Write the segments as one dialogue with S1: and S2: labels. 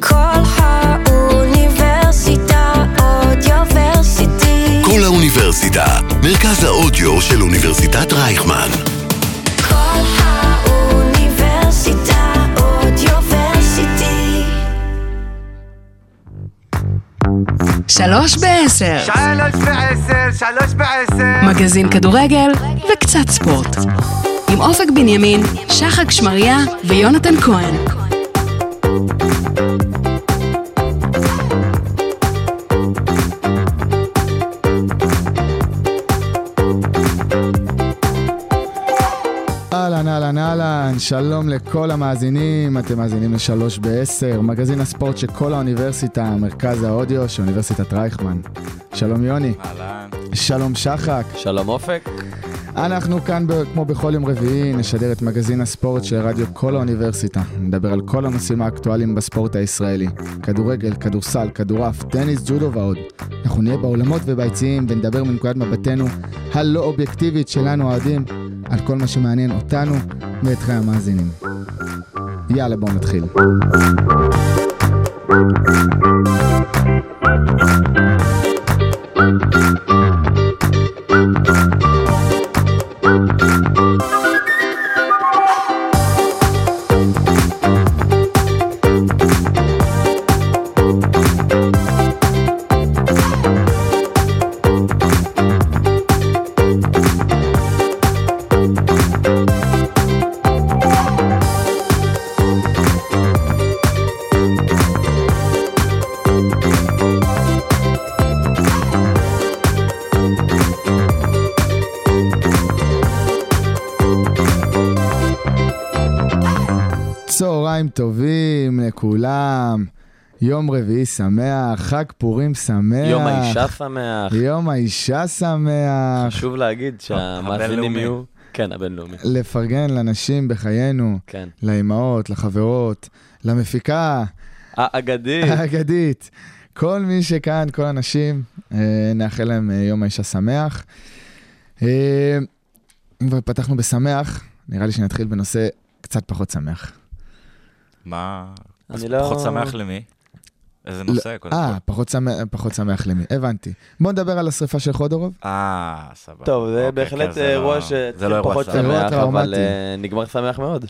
S1: כל האוניברסיטה אודיוורסיטי.
S2: כל האוניברסיטה, מרכז האודיו של אוניברסיטת רייכמן.
S1: כל האוניברסיטה אודיוורסיטי.
S3: שלוש בעשר,
S4: שלוש בעשר, שלוש בעשר.
S3: מגזין כדורגל וקצת ספורט. עם אופק בנימין, שחק שמריה ויונתן כהן.
S5: אהלן, אהלן, אהלן, שלום לכל המאזינים, אתם מאזינים לשלוש בעשר, מגזין הספורט של כל האוניברסיטה, מרכז האודיו של אוניברסיטת רייכמן. שלום יוני.
S6: אהלן.
S5: שלום שחק.
S6: שלום אופק.
S5: אנחנו כאן, ב- כמו בכל יום רביעי, נשדר את מגזין הספורט של רדיו כל האוניברסיטה. נדבר על כל הנושאים האקטואליים בספורט הישראלי. כדורגל, כדורסל, כדורעף, טניס, ג'ודו ועוד. אנחנו נהיה בעולמות וביציעים ונדבר מנקודת מבטנו הלא אובייקטיבית שלנו האוהדים על כל מה שמעניין אותנו ואתכם המאזינים. יאללה, בואו נתחיל. צהריים טובים לכולם, יום רביעי שמח, חג פורים שמח.
S6: יום האישה שמח.
S5: כן. יום האישה שמח.
S6: חשוב להגיד שהמאזינים
S4: לא, הבינלאומי.
S6: יהיו... כן, הבינלאומי.
S5: לפרגן לנשים בחיינו,
S6: כן.
S5: לאימהות, לחברות, למפיקה
S6: אה, האגדי.
S5: האגדית. כל מי שכאן, כל הנשים, אה, נאחל להם אה, יום האישה שמח. אה, אם כבר פתחנו בשמח, נראה לי שנתחיל בנושא קצת פחות שמח.
S4: מה?
S6: אני
S4: אז
S6: לא-
S4: פחות שמח למי? איזה נושא? קודם
S5: אה,
S4: כל.
S5: פחות שמח- פחות שמח למי, הבנתי. בוא נדבר על השריפה של חודורוב.
S4: אה, סבבה.
S6: טוב, זה
S4: אוקיי,
S6: בהחלט אה,
S4: כן, זה
S6: אירוע
S4: לא- זה
S6: שהתחיל
S4: לא אירוע
S6: פחות
S4: שמח.
S5: אירוע
S6: שמח, אבל
S5: טראומטי.
S6: אה, נגמר שמח מאוד.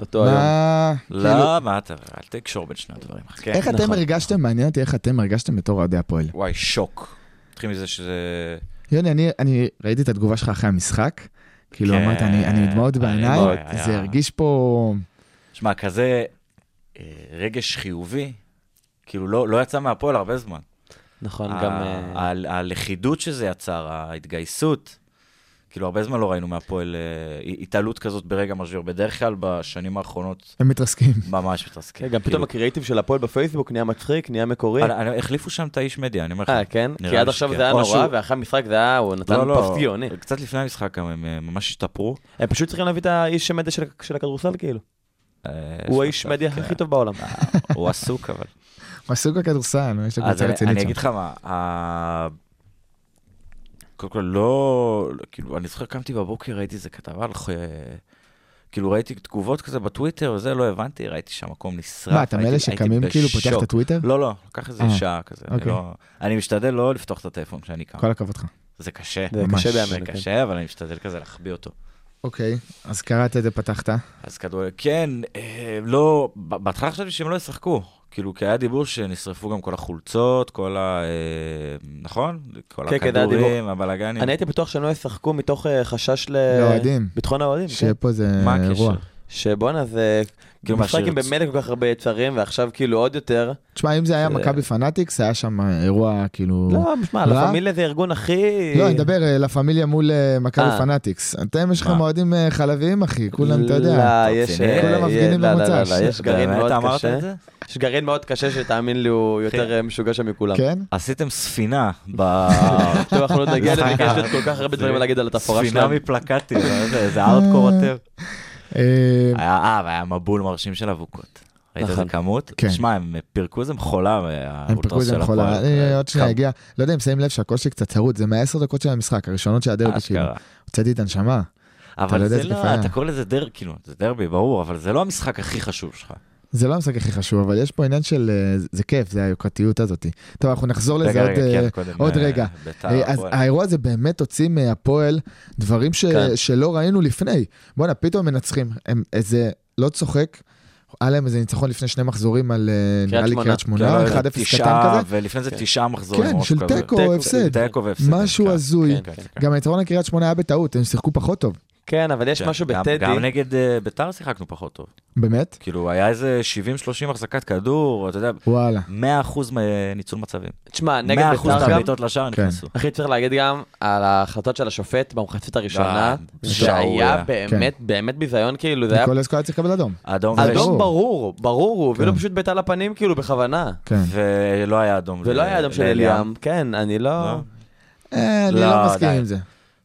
S6: אותו היום.
S5: מה... כאילו,
S4: לא, מה אתה, אל תקשור בין שני הדברים. כן.
S5: איך אתם
S6: נכון.
S5: הרגשתם, מעניין אותי איך אתם הרגשתם בתור אוהדי הפועל.
S4: וואי, שוק. נתחיל מזה שזה...
S5: יוני, אני, אני ראיתי את התגובה שלך אחרי המשחק. כאילו
S4: כן.
S5: אמרת, אני, אני עם דמעות
S4: אני
S5: בעיניים,
S4: מאוד, היה.
S5: זה הרגיש פה...
S4: שמע, כזה אה, רגש חיובי, כאילו לא לא יצא מהפועל הרבה זמן.
S6: נכון,
S4: ה-
S6: גם... אה,
S4: ה- הלכידות שזה יצר, ההתגייסות. כאילו, הרבה זמן לא ראינו מהפועל אה, התעלות כזאת ברגע משבר. בדרך כלל בשנים האחרונות
S5: הם מתרסקים.
S4: ממש
S6: כן,
S4: מתעסקים.
S6: גם פתאום
S4: כאילו,
S6: הקריאייטיב של הפועל בפייסבוק נהיה מצחיק, נהיה מקורי.
S4: אני- אני- החליפו שם את האיש מדיה, אני אומר לך.
S6: אה, כן?
S4: נראה
S6: כי
S4: לי
S6: עד עכשיו
S4: שכן.
S6: זה היה
S4: או
S6: נורא,
S4: שהוא-
S6: ואחרי המשחק זה היה, הוא נתן
S4: לא, לא,
S6: פוסט גאוני.
S4: קצת לפני המשחק גם הם אה, ממש השתפרו.
S6: הם פשוט צריכים להביא את האיש מדיה של- של הכדורסל, כאילו.
S4: אה,
S6: הוא
S4: יש
S6: האיש
S4: מצב,
S6: מדיה
S4: כן.
S6: הכי טוב בעולם.
S4: הוא עסוק אבל.
S5: הוא עסוק בכדורסל, יש לו
S4: אז
S5: קבוצה
S4: אני-
S5: רצינית
S4: אני
S5: שם.
S4: אגיד לך מה, ה- קודם כל לא, כאילו, אני זוכר, קמתי בבוקר, ראיתי איזה כתבה על... ח- כאילו ראיתי תגובות כזה בטוויטר וזה, לא הבנתי, ראיתי שהמקום נשרף.
S5: מה, אתה מאלה
S4: הייתי-
S5: שקמים
S4: הייתי
S5: כאילו, פותח את
S4: בשוק.
S5: הטוויטר?
S4: לא, לא, לקח איזה
S5: אה,
S4: שעה כזה. אני
S5: אוקיי.
S4: לא- אני משתדל לא לפתוח את הטלפון כשאני קם.
S5: כל הכבוד לך.
S4: לא. זה קשה.
S6: זה
S5: ממש.
S6: קשה
S4: זה
S6: בימינו. כן.
S4: קשה, אבל אני משתדל כזה להחביא אותו.
S5: אוקיי, אז קראת את זה, פתחת.
S4: אז כדורגל, כן, אה, לא, ב- בהתחלה חשבתי שהם לא ישחקו. כאילו, כי היה דיבור שנשרפו גם כל החולצות, כל ה... אה, נכון? כל
S6: כן, כן, היה
S4: הכדורים,
S6: דיבור.
S4: הבלאגנים.
S6: אני הייתי בטוח שהם לא ישחקו מתוך אה, חשש ל...
S5: לאוהדים.
S6: ביטחון האוהדים, כן.
S5: שיהיה פה איזה
S4: מה הקשר?
S5: אה, אירוע.
S6: שבואנה זה... כאילו
S4: כאילו,
S6: משחק עם
S4: מהשיר-
S6: באמת כל כך הרבה יצרים, ועכשיו כאילו עוד יותר.
S5: תשמע, אם זה היה
S6: זה-
S5: מכבי פנאטיקס, היה שם אירוע כאילו...
S6: לא, שמע,
S5: רע?
S6: לה פמיליה זה ארגון הכי...
S5: לא, אני מדבר אה, לה פמיליה מול אה, מכבי
S6: אה.
S5: פנאטיקס. אתם, יש לכם
S4: מה?
S5: אוהדים אה, חלביים, אחי, כולם, אתה יודע.
S6: לא, יש...
S4: רציני?
S6: אה,
S4: כולם
S6: יש-
S5: מפגינים
S6: לא, לא,
S5: במוצ"ש.
S6: לא, לא, יש גרעין
S4: באמת
S6: מאוד
S4: אמרת
S6: קשה.
S4: את זה?
S6: יש גרעין מאוד קשה שתאמין לי הוא יותר אה, משוגע שם מכולם.
S5: כן?
S4: עשיתם ספינה ב...
S6: טוב, אנחנו עוד נגיע לזה, כי יש לי עוד כל כך הרבה
S4: זה-
S6: דברים להגיד על התפאורה
S4: ספינה
S6: שלהם.
S4: מפלקטים, לא איזה ארדקור יותר.
S5: אה,
S4: היה, אה, והיה מבול מרשים של אבוקות. ראית איזה
S6: נכון.
S4: כמות?
S5: כן.
S4: שמע, הם פירקו איזה מחולה, אה,
S5: הם פירקו את זה עם חולה. אני עוד שנייה
S4: חם.
S5: אגיע. לא יודע אם שמים לב שהקושי קצת צרוד, זה מהעשר דקות של המשחק, הראשונות של הדרבי, כאילו.
S4: אשכרה.
S5: הוצאתי את הנשמה. אתה לא
S4: אבל
S5: יודע
S4: זה
S5: איזה
S4: לא,
S5: כיף היה.
S4: אתה קורא לזה דרבי, כאילו, זה דרבי, ברור, אבל זה לא המשחק הכי חשוב שלך.
S5: זה לא המשחק הכי חשוב, אבל יש פה עניין של... אה, זה- זה כיף, זה היוקרתיות הזאת. טוב, אנחנו נחזור לזה
S4: רגע,
S5: עוד...
S4: רגע,
S5: אה,
S4: כן, קודם,
S5: עוד
S4: אה,
S5: רגע.
S4: בית"ר,
S5: אה, אז
S4: הפועל.
S5: האירוע הזה באמת הוציא מהפועל דברים ש...
S6: כן.
S5: שלא ראינו לפני. בואנה, פתאום מנצחים. הם איזה, לא צוחק, היה להם איזה ניצחון לפני שני מחזורים על אה,
S6: קריית
S5: נראה לי
S6: שמונה.
S5: קריית
S4: כן, לא,
S5: שמונה, 1-0
S4: איזה
S5: קטן
S4: תשעה,
S5: כזה.
S4: ולפני זה תשעה מחזורים.
S5: כן,
S4: או משהו
S5: של
S4: כזה.
S5: תיקו,
S6: תיקו,
S5: הפסד.
S4: תיקו והפסד.
S5: משהו
S4: כן,
S5: הזוי.
S4: כן, כן, כן.
S5: גם הניצחון על קריית שמונה היה בטעות, הם שיחקו פחות טוב.
S6: כן, אבל יש
S4: כן,
S6: משהו
S4: גם-
S6: בטדי.
S4: גם נגד אה, ביתר שיחקנו פחות טוב.
S5: באמת?
S4: כאילו, היה איזה 70-30 החזקת כדור, אתה יודע,
S5: וואלה.
S4: 100% ניצול מצבים.
S6: תשמע,
S4: 100%
S6: נגד בית"ר גם,
S4: מהבעיטות לשער
S5: כן.
S4: נכנסו.
S6: אחי, צריך להגיד גם על ההחלטות של השופט במחצית הראשונה.
S4: די,
S6: זה היה
S4: אה, שערורייה. כן.
S6: באמת, באמת ביזיון, כאילו, זה היה...
S5: ניקולסקו היה צריך לקבל אדום.
S4: אדום
S5: ברור.
S6: אדום
S4: ושחור.
S6: ברור, ברור, הוא הביא לו
S5: כן.
S6: פשוט בעיטה לפנים, כאילו, בכוונה.
S5: כן.
S4: ולא היה אדום.
S6: ולא לא היה אדום של אליאם, כן, אני לא...
S4: לא?
S5: אה, אני
S4: לא,
S5: לא מסכים
S4: די.
S5: עם זה.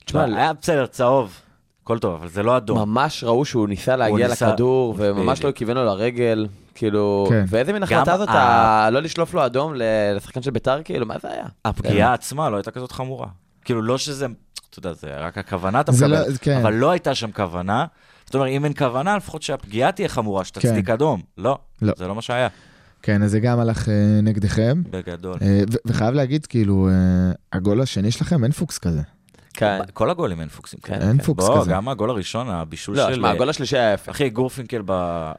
S6: תשמע,
S4: לא, היה בסדר, צהוב. הכל טוב, אבל זה לא אדום.
S6: ממש ראו שהוא ניסה להגיע
S4: ניסה-
S6: לכדור,
S4: הוא-
S6: וממש לא כיוון לו לרגל, כאילו...
S5: כן.
S6: ואיזה מין
S4: גם
S6: החלטה זאת,
S4: ה-
S6: ה- לא לשלוף לו אדום ל- לשחקן של ביתר, כאילו, מה זה היה?
S5: כן.
S4: הפגיעה עצמה לא הייתה כזאת חמורה. כאילו, לא שזה, אתה יודע, זה רק הכוונה אתה
S5: זה
S4: מקבל,
S5: לא- כן.
S4: אבל לא הייתה שם כוונה. זאת אומרת, אם אין כוונה, לפחות שהפגיעה תהיה חמורה, שתצדיק אדום. לא,
S5: כן. לא.
S4: זה לא מה שהיה,
S5: כן, אז זה גם הלך אה, נגדכם.
S4: בגדול.
S5: אה, ו- וחייב להגיד, כאילו, אה, הגול השני שלכם, אין פוקס כזה.
S6: כן.
S4: כל הגולים אין פוקסים. כן.
S5: אין פוקס
S4: בוא,
S5: כזה.
S4: גם הגול הראשון, הבישול
S6: לא,
S4: של... אה,
S6: שמע, הגול השלישי היה יפה.
S4: אחי, גורפינקל ב-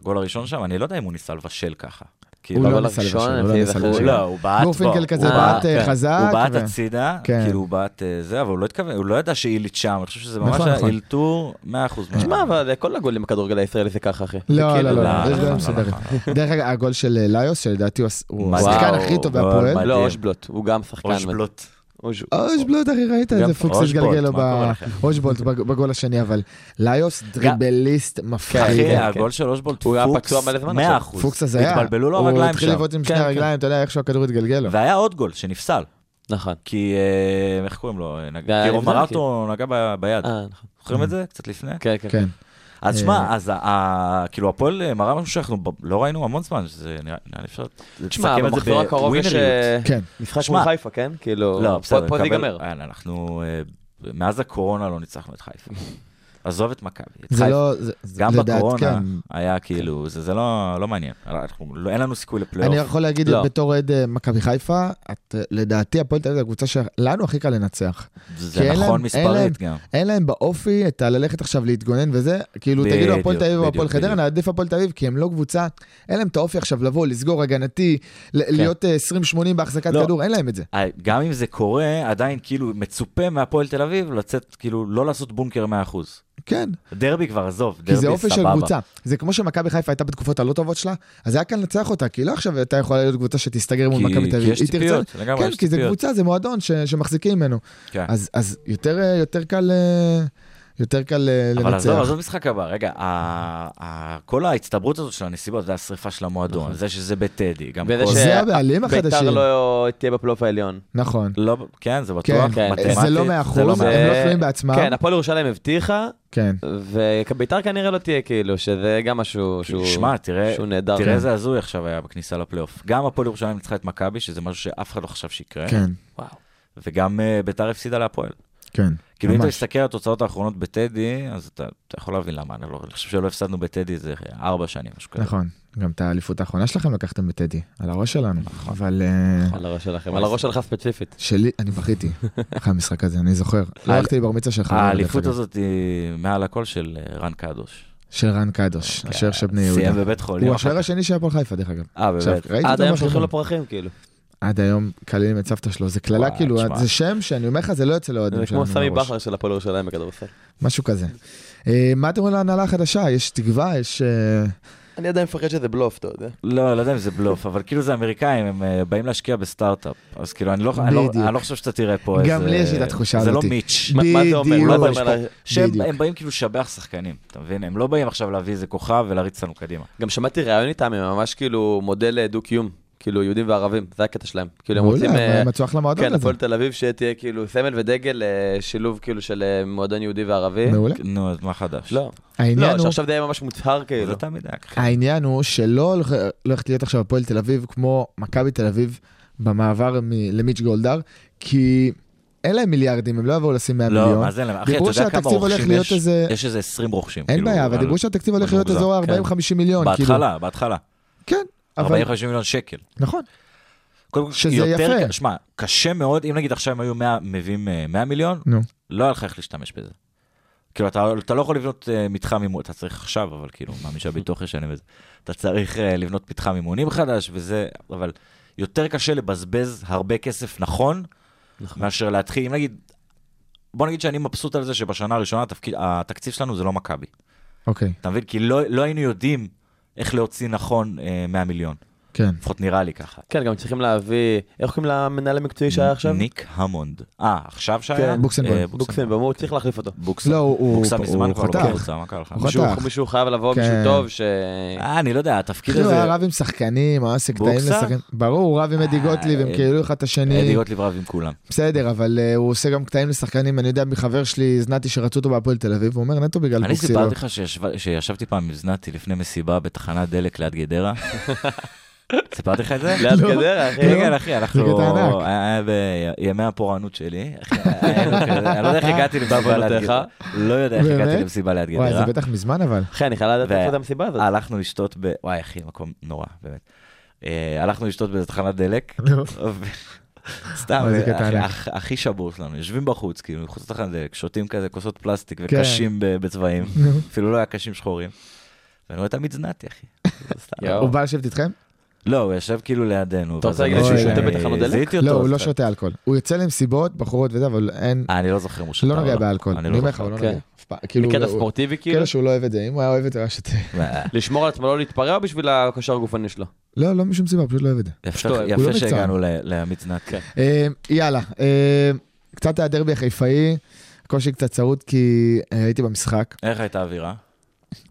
S4: בגול הראשון שם, אני לא יודע אם הוא ניסה לבשל ככה. כאילו,
S5: הוא לא
S6: בגול
S5: ניסה
S6: הראשון,
S5: לבשל, הוא
S6: אני
S5: לא ניסה
S6: זוכר.
S5: לבשל.
S4: לא, הוא בעט בו.
S5: גורפינקל כזה
S4: הוא
S5: בעט אה,
S6: כן.
S5: חזק.
S4: הוא בעט
S5: ו-
S4: הצידה,
S5: כן.
S4: כאילו הוא בעט אה, זה, אבל הוא לא התכוון, הוא לא ידע שאילית שם, אני חושב שזה ממש
S5: נכון,
S4: היה
S5: נכון.
S4: אילתור 100% מה...
S6: שמע, אבל כל הגולים בכדורגל הישראלי זה ככה, אחי. זה
S5: לא,
S6: כאילו-
S5: לא, לא, לא,
S4: לא,
S5: יש
S4: לא,
S5: דברים
S4: לא,
S5: מסודרים. דרך אגב, הגול של אה, ליוס, שלדעתי הוא הס- הוא
S4: וואו,
S5: השחקן הכי טוב
S4: מאוד
S5: בהפועל.
S4: מדהים.
S6: לא, אושבלוט, הוא גם שחקן.
S4: אושבלוט.
S6: אוש-
S5: אושבולט, אחי, ראית
S4: גם
S5: איזה פוקס
S4: אושבולט,
S5: התגלגל לו
S4: מה קורה
S5: ב-
S4: לכם?
S5: אושבולט בג- בגול השני, אבל ליוס דריבליסט מפחיד.
S4: אחי,
S6: כן,
S4: הגול של אושבולט
S6: הוא היה
S4: פוקס
S6: פצוע מלא זמן
S4: 100%.
S6: עכשיו.
S5: פוקס הזה היה.
S4: התבלבלו לו
S5: הוא
S4: הרגליים
S5: התחיל
S4: שם.
S5: לבעוט עם שני
S6: כן,
S5: הרגליים, אתה יודע איך שהכדור התגלגל לו.
S4: והיה עוד גול שנפסל,
S6: נכון.
S4: כי אה, איך קוראים לו? אה, נג-
S6: זה היה
S4: קירו
S6: נבדל,
S4: מרטו נגע ב- ביד.
S6: אה, נכון.
S4: זוכרים את זה? קצת לפני?
S6: כן, כן.
S5: כן.
S4: אז
S5: אה,
S4: שמע, אז ה- ה- כאילו הפועל אה, מראה משהו שאנחנו ב- לא ראינו המון זמן, שזה נראה נראה לי אפשר
S6: תשמע,
S4: לסכם את זה
S6: במחזור הקרוב יש
S4: בווינריות.
S6: אה,
S5: כן.
S6: משחק
S4: שמע,
S6: מול חיפה, כן? כאילו,
S4: לא,
S6: פה-
S4: בסדר,
S6: פה זה
S4: נקבל-
S6: ייגמר.
S4: אין, אנחנו, אה, מאז הקורונה לא ניצחנו את חיפה. עזוב את מכבי, את
S5: זה
S4: חיפה.
S5: לא... זה-
S4: גם
S5: לדעת,
S4: בקורונה
S5: כן.
S4: היה כאילו, זה זה לא לא מעניין, אנחנו- לא- אין לנו סיכוי
S5: אני
S4: לפלייאוף.
S5: יכול להגיד
S6: לא.
S5: בתור אוהד אה, מכבי חיפה, את, אה, לדעתי הפועל תל אביב זו הקבוצה שלנו הכי קל לנצח.
S4: זה
S5: כי אין להם-
S4: נכון
S5: אין להם-
S4: מספרית גם.
S5: אין להם באופי את הללכת עכשיו להתגונן וזה, כאילו תגידו
S4: בדיוק,
S5: הפועל תל אביב או
S4: בדיוק,
S5: הפועל חדרה,
S4: בדיוק.
S5: נעדיף הפועל תל אביב, כי הם לא קבוצה, אין להם את האופי עכשיו לבוא, לסגור הגנתי, ל- להיות אה, 20-80 בהחזקת
S4: כן. לא.
S5: כדור, אין להם את זה.
S4: אה, גם אם זה קורה, עדיין כאילו מצופה מהפועל תל אביב לצאת, כאילו, לא לעשות בונקר 100%.
S5: כן,
S4: דרבי כבר, עזוב,
S5: כי זה
S4: דרבי
S5: אופי של
S4: סבבה.
S5: קבוצה. זה כמו שמכבי חיפה הייתה בתקופות הלא טובות שלה, אז היה קל לנצח אותה, כי לא עכשיו הייתה יכולה להיות קבוצה שתסתגר מול
S4: כי-
S5: מכבי תל
S4: כי
S5: אביב.
S4: יש
S5: היא תרצה-
S4: ציפיות, לגמרי
S5: כן,
S4: יש
S5: כי זה
S4: ציפיות.
S5: קבוצה, זה מועדון ש- שמחזיקים ממנו.
S4: כן.
S5: אז, אז יותר, אה, יותר קל, אה, יותר קל אה, לנצח.
S4: אבל עזוב, עזוב משחק הבא, רגע, ה- ה- כל ההצטברות הזאת של הנסיבות, זה השריפה של
S5: נכון.
S4: המועדון, זה שזה בטדי, גם
S6: וזה
S4: כל...
S5: ש- זה הבעלים החדשים.
S6: ביתר לא תהיה בפלייאוף העליון.
S5: נכון.
S4: לא, כן, זה
S5: כן,
S4: בטוח,
S6: כן.
S4: מתמטית.
S5: זה לא מאה אחוז,
S4: לא
S5: הם
S4: מאה-
S5: לא
S6: זה-
S5: תלויים בעצמם.
S6: כן, הפועל ירושלים הבטיחה,
S5: כן.
S6: וביתר כנראה לא תהיה, כאילו, שזה גם משהו שהוא...
S4: שמע, תראה,
S5: אה,
S6: שהוא נהדר.
S5: כן.
S4: תראה איזה הזוי עכשיו היה בכניסה לפלייאוף. גם הפועל ירושלים ניצחה את מכבי, שזה משהו שאף אחד לא חשב שיקרה,
S5: כן,
S4: וגם אה, ביתר הפסידה להפועל.
S5: כן.
S4: כאילו אם אתה
S5: ממש.
S4: מסתכל על התוצאות האחרונות בטדי, אז אתה אתה יכול להבין למה, אני לא- אני חושב שלא הפסדנו בטדי איזה ארבע שנים, משהו כזה.
S5: נכון. גם את האליפות האחרונה שלכם לקחתם בטדי, על הראש שלנו.
S4: נכון.
S5: אבל אה,
S6: על הראש שלכם, על הראש שלך ספציפית.
S5: שלי, אני בכיתי אחרי המשחק הזה, אני זוכר. לא
S4: ה-
S5: הלכתי לבר מצווה שלך. אבל דרך
S4: האליפות
S5: אגב.
S4: הזאת היא מעל הכל של אה, רן קדוש.
S5: של רן קדוש, השוער של בני יהודה.
S4: כן, סיים בבית חולים.
S5: הוא
S4: אחר
S5: השוער
S4: כך.
S5: השני של הפועל חיפה, דרך אגב.
S4: אה,
S5: עכשיו,
S4: באמת.
S5: ראיתי
S6: עד
S5: אותו
S6: היום
S5: משהו
S6: שולחים לו
S5: מאוד.
S6: פרחים, כאילו.
S5: עד היום מקללים את סבתא שלו, זה קללה
S4: וואי,
S5: כאילו,
S4: תשמע.
S5: זה שם שאני אומר לך, זה לא יוצא לאוהדים
S6: זה
S5: שלנו.
S6: כמו סמי
S5: מהראש.
S6: בכר של הפועל ירושלים בכדורסל.
S5: משהו כזה. אה, מה אתם אומרים להנהלה החדשה? יש תקווה, יש... אה,
S6: אני עדיין מפחד שזה בלוף, אתה יודע.
S4: לא, לא יודע אם זה בלוף, אבל כאילו זה אמריקאים, הם אה, באים להשקיע בסטארט-אפ. אז כאילו, אני לא- אני לא-
S5: בדיוק.
S4: אני לא חושב שאתה תראה פה איזה...
S5: גם לי יש את התחושה
S4: זה לא
S5: הזאתי.
S4: מיץ'.
S6: מה- מה זה אומר? לא
S5: בדיוק.
S6: מה זה אומר?
S4: שהם
S5: בדיוק.
S4: הם באים כאילו לשבח שחקנים, אתה מבין? הם לא באים עכשיו להביא איזה כוכב ולהריץ אותנו קדימה.
S6: גם שמעתי ראיון איתם, הם ממש כאילו מודל דו-קיום, כאילו יהודים וערבים, זה הקטע שלהם. כאילו הם רוצים...
S5: מעולה,
S6: אה,
S5: הם מצאו אחלה מועדון
S6: כן,
S5: הזה.
S6: הפועל תל אביב, שתהיה כאילו סמל ודגל, אה, שילוב כאילו של אה, מועדון יהודי וערבי.
S5: מעולה.
S4: נו, אז מה חדש?
S6: לא.
S5: העניין
S6: לא,
S5: הוא...
S6: שעכשיו זה יהיה ממש מוצהר כאילו.
S4: זה תמיד היה ככה.
S5: העניין הוא שלא הולכ- לא הולכת להיות עכשיו הפועל תל אביב כמו מכבי תל אביב במעבר מ- למיץ' גולדהר, כי אין להם מיליארדים, הם לא יבואו לשים 100 מיליון.
S4: לא, מה זה, אין להם? אחי, אתה
S5: דיברו
S4: יודע כמה
S5: שהתקציב הולך
S4: רוכשים
S5: להיות
S4: יש?
S5: איזה-
S4: יש איזה 20 רוכשים.
S5: אין
S4: כאילו,
S5: בעיה, אבל
S4: על-
S5: דיברו שהתקציב הולך להיות
S4: מוגזם,
S5: אזור
S4: כן.
S5: ה-40-50 מיליון. כאילו.
S4: בהתחלה, בהתחלה.
S5: כן, אבל...
S4: 40-50 מיליון שקל.
S5: נכון.
S4: קודם כל,
S5: שזה
S4: יותר,
S5: יפה.
S4: שמע, קשה מאוד, אם נגיד עכשיו הם היו 100, מביאים אה, 100 מיליון,
S5: נו.
S4: לא היה לך איך להשתמש בזה. כאילו, אתה, אתה לא יכול לבנות אה, מתחם אימון, אתה צריך עכשיו, אבל כאילו, מאמין שהביטוח ישנה בזה. אתה צריך אה, לבנות מתחם אימונים חדש וזה, אבל יותר קשה לבזבז הרבה כסף נכון,
S6: נכון.
S4: מאשר להתחיל, אם נגיד, בוא נגיד שאני מבסוט על זה שבשנה הראשונה התפקיד, התקציב שלנו זה לא מכבי.
S5: אוקיי,
S4: אתה מבין? כי לא, לא היינו יודעים איך להוציא נכון אה, 100 מיליון,
S5: כן.
S4: לפחות נראה לי ככה.
S6: כן, גם צריכים להביא, איך קוראים למנהל המקצועי שהיה עכשיו?
S4: ניק המונד. אה, עכשיו שהיה?
S6: כן,
S5: בוקסנבוים.
S4: אה,
S6: בוקסם, הוא צריך להחליף אותו.
S4: בוקסם.
S5: לא, הוא- הוא
S4: בוקסם מזמן כבר
S5: הוא
S4: לא
S5: חתך.
S4: בקבוצה, מה קרה לך?
S5: הוא
S6: מישהו-
S5: בטח.
S6: מישהו חייב לבוא,
S5: כן.
S6: מישהו טוב, ש...
S4: אה, אני לא יודע, התפקיד
S5: כאילו,
S4: הזה...
S5: היה רב עם שחקנים, היה סקטאים
S4: בוקסה?
S5: לשחקנים. ברור, הוא רב עם אדי גוטליב, הם
S4: אה,
S5: כאילו אחד את
S4: אדי
S5: השני.
S4: גוטליב רב עם כולם.
S5: בסדר, אבל אה, הוא עושה גם קטעים לשחקנים. אני יודע מחבר שלי, זנתי, שרצו אותו בהפועל תל אביב, הוא אומר נטו בגלל
S4: אני
S5: בוקסי. לא."
S4: סיפרתי לך שישב- שישבתי פעם עם זנתי לפני מסיבה בתחנת דלק ליד גדרה. סיפרתי לך את זה?
S6: ליד גדרה, אחי.
S4: כן, כן, אחי,
S5: לא. זה
S4: אנחנו...
S5: קטע ענק.
S4: היה היה בימי הפורענות שלי. אחי, היינו כזה- אני לא יודע איך הגעתי למסיבה ליד
S6: בעוונותיך.
S4: גדרה. לא יודע איך
S5: אה, באמת?
S4: הגעתי למסיבה ליד
S5: וואי, זה
S4: גדרה.
S5: בטח מזמן אבל.
S6: אחי, אני חייב לדעת איפה
S4: ו-
S6: זה המסיבה הזאת.
S4: הלכנו לשתות ב... וואי, אחי, מקום נורא, באמת. אה, הלכנו לשתות באיזה תחנת דלק,
S5: נו.
S4: ו- סתם,
S5: אוי, זה
S4: אחי-
S5: קטע ענק.
S4: אח- הכי שבור שלנו, יושבים בחוץ, כאילו, מחוץ לתחנת דלק, שותים כזה כוסות פלסטיק
S5: כן.
S4: וקשים ב- בצבעים,
S5: נו.
S4: אפילו לא היה קשים שחורים. ואני רואה תמיד זנתי, אחי. סתם.
S6: יואו.
S5: הוא בא לשבת איתכם?
S4: לא, הוא ישב כאילו לידינו.
S6: אתה
S4: ואז
S6: רוצה להגיד
S4: אני-
S5: לי שהוא שותה
S4: אני-
S6: בתחנות דלק?
S4: זיהיתי אותו.
S5: לא, הוא לא
S4: קצת.
S5: שותה אלכוהול. הוא יוצא למסיבות, בחורות וזה, אבל אין...
S4: אה, אני לא זוכר אם הוא שותה.
S5: שלא
S4: או
S5: נוגע
S4: לא.
S5: באלכוהול.
S4: אני
S5: אני
S4: לא
S5: אומר לך,
S4: זוכר.
S5: הוא לא
S6: כן.
S5: נוגע. אף פעם. כאילו,
S6: בקטע
S5: הוא-
S6: ספורטיבי כאילו?
S5: כאילו שהוא לא אוהב את זה, אם הוא היה אוהב את זה, הוא היה שותה.
S6: לשמור על עצמו, לא להתפרע, או בשביל הכושר הגופני שלו?
S5: לא, לא משום סיבה, פשוט לא אוהב את זה.
S4: יפה-
S6: הוא לא
S4: יפה
S5: מקצוען.
S4: שהגענו ל- לעמית
S6: כן.
S4: זנתי.
S5: אה, יאללה, אה, קצת היה דרבי החיפאי, קושי קצת צרוד כי אה, הייתי במשחק,
S4: איך הייתה האווירה?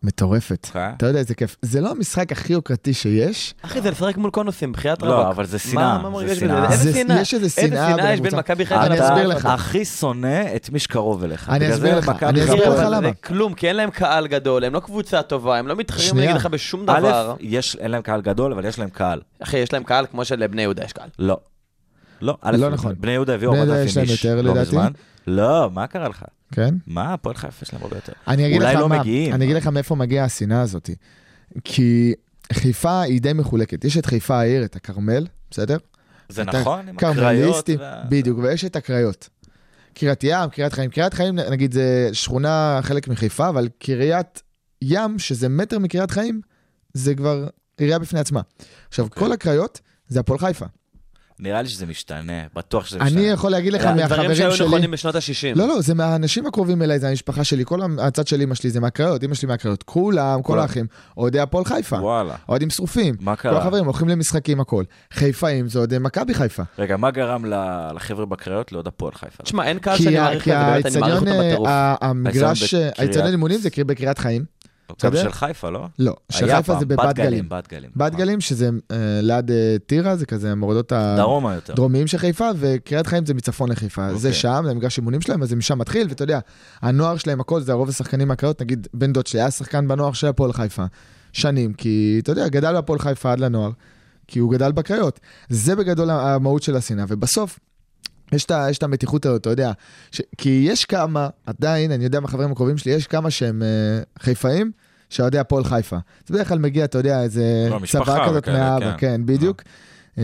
S5: מטורפת.
S4: אותך?
S5: אתה יודע איזה כיף. זה לא המשחק הכי יוקרתי שיש,
S6: אחי, זה לשחק מול קונוסים, בחייאת
S4: לא,
S6: רבאק.
S4: אבל זה
S6: מה-
S4: שנאה,
S6: מה
S4: זה
S6: מרגש בזה?
S4: שנאה.
S5: זה-
S6: אה, איזה שנאה?
S5: יש איזה שנאה
S6: איזה שנאה יש
S5: בין
S6: בין
S5: הקבוצה-
S6: מכבי חיפה
S5: אני
S4: אתה
S5: אסביר לך.
S4: הכי שונא את מי שקרוב אליך.
S5: אני
S4: בגלל
S5: אסביר
S4: זה
S5: לך,
S4: מכבי
S5: אני
S4: חיפה-
S5: אסביר לך
S6: אבל
S5: למה.
S6: זה כלום, כי אין להם קהל גדול, הם לא קבוצה טובה, הם לא מתחרים
S5: שנייה.
S6: נגד לך בשום דבר.
S4: א', יש- אין להם קהל גדול, אבל יש להם קהל.
S6: אחי, יש להם קהל כמו שלבני יהודה יש קהל.
S4: לא. לא, א',
S5: לא נכון.
S4: בני יהודה הביאו
S5: בני
S4: 4,000
S5: יהודה יש
S4: איש.
S5: להם יותר,
S4: לא
S5: לדעתי.
S4: מזמן. לא, מה קרה לך?
S5: כן?
S4: מה, הפועל חיפה יש להם הרבה יותר.
S5: אני אגיד
S4: אולי
S5: לך
S4: לא
S5: מה,
S4: מגיעים.
S5: אני אגיד לך מאיפה מגיעה השנאה הזאת. כי חיפה היא די מחולקת. יש את חיפה העיר, את הכרמל, בסדר?
S4: זה
S5: אתה-
S4: נכון? עם הקריות
S5: כרמליסטים,
S4: וה-
S5: בדיוק, ויש את הקריות. קריית ים, קריית חיים. קריית חיים, נגיד, זה שכונה חלק מחיפה, אבל קריית ים, שזה מטר מקריית חיים, זה כבר עירייה בפני עצמה. עכשיו, כל הקריות זה הפועל חיפה.
S4: נראה לי שזה משתנה, בטוח שזה משתנה.
S5: אני יכול להגיד לך
S6: אה, דברים
S5: מהחברים
S6: שהיו
S5: שלי...
S6: נכונים בשנות ה-60.
S5: לא, לא, זה מהאנשים הקרובים אליי, זה המשפחה שלי, כל הצד של אמא שלי זה מהקריות, אמא שלי מהקריות, כולם, כל
S4: כולם.
S5: האחים, אוהדי הפועל חיפה,
S4: וואלה,
S5: אוהדים שרופים,
S4: מה
S5: כל
S4: קרה?
S5: החברים הולכים למשחקים, הכל. חיפאים זה אוהדי מכבי חיפה.
S4: רגע, מה גרם ל- לחברי בקריות לעוד הפועל חיפה?
S6: תשמע, אין קהל
S5: כי
S6: שאני
S5: ה-
S6: מעריך
S5: כי
S6: את זה, באמת, אני מעריך
S5: האיצטדיון,
S6: אותם בטירוף.
S5: אה, המגרש,
S4: האיצטדיון בקריית-
S5: האיצטדיון אימונים זה קרי- בקריית חיים,
S4: גם
S5: צודק.
S4: של חיפה, לא?
S5: לא, של
S4: היה
S5: חיפה
S4: פעם,
S5: זה בבת גלים.
S4: בת גלים.
S5: בת גלים שזה אה, ליד אה, טירה, זה כזה המורדות
S4: דרומה יותר.
S5: הדרומיים של חיפה, וקריית חיים זה מצפון לחיפה. זה
S4: אוקיי.
S5: שם, זה מגרש אימונים שלהם, אז זה משם מתחיל, ואתה יודע, הנוער שלהם, הכל, זה הרוב השחקנים מהקריות, נגיד בן דוד שלי היה שחקן בנוער של הפועל חיפה, שנים, כי אתה יודע, גדל בהפועל חיפה עד לנוער, כי הוא גדל בקריות. זה בגדול המהות של השנאה, ובסוף... יש את, ה- יש את המתיחות הזאת, אתה יודע, ש... כי יש כמה, עדיין, אני יודע מהחברים הקרובים שלי, יש כמה שהם uh, חיפאים, שאוהדי הפועל חיפה. זה בדרך כלל מגיע, אתה יודע, איזה
S4: לא, משפחה
S5: צבא כזאת
S4: וכאלה,
S5: מהאבא,
S4: כן.
S5: כן, בדיוק. אה,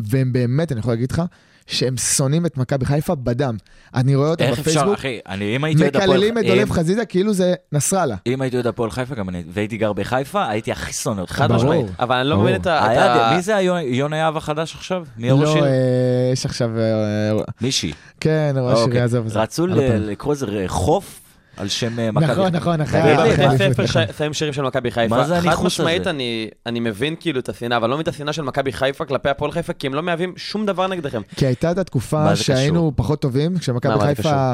S5: והם באמת, אני יכול להגיד לך, שהם שונאים את מכבי חיפה בדם. אני רואה אותם
S4: איך אפשר,
S5: בפייסבוק,
S4: אחי, אני- אם הייתי אה, אוהד הפועל...
S5: מקללים את דולב
S4: אם-
S5: חזיזה כאילו זה נסראללה.
S4: אם הייתי אוהד הפועל חיפה גם אני, והייתי גר בחיפה, הייתי הכי שונא אותך.
S6: חד
S5: ברור.
S6: משמעית. אבל אני לא
S5: ברור.
S6: מבין את ה... את
S4: היה-
S6: ה-
S4: מי זה היונה- יונה יהב החדש עכשיו? מי הראש
S5: לא,
S4: עיר?
S5: אה, יש עכשיו... אה, אה,
S4: מישהי.
S5: כן, ראש
S4: אוקיי.
S5: עירייה עזוב. עזוב.
S4: רצו
S5: על הפנים.
S4: ל- לקרוא איזה אה, חוף על שם אה, מכבי.
S5: נכון, נכון, אחרי
S4: תגיד לי,
S5: אחרי
S4: אתה-
S6: בתי
S5: האליפות,
S6: ספר
S5: נכון.
S6: ש- שמים שירים של מכבי חיפה.
S4: מה זה הניחוס
S6: חד משמעית
S4: הזה?
S6: אני- אני מבין כאילו את השנאה, אבל לא מבין את השנאה של מכבי חיפה כלפי הפועל חיפה, כי הם לא מהווים שום דבר נגדכם.
S4: אה,
S5: כי הייתה את
S4: מה
S5: התקופה
S4: זה קשור?
S5: שהיינו פחות טובים,
S6: מה,
S5: כשמכבי
S6: מה זה
S5: חיפה,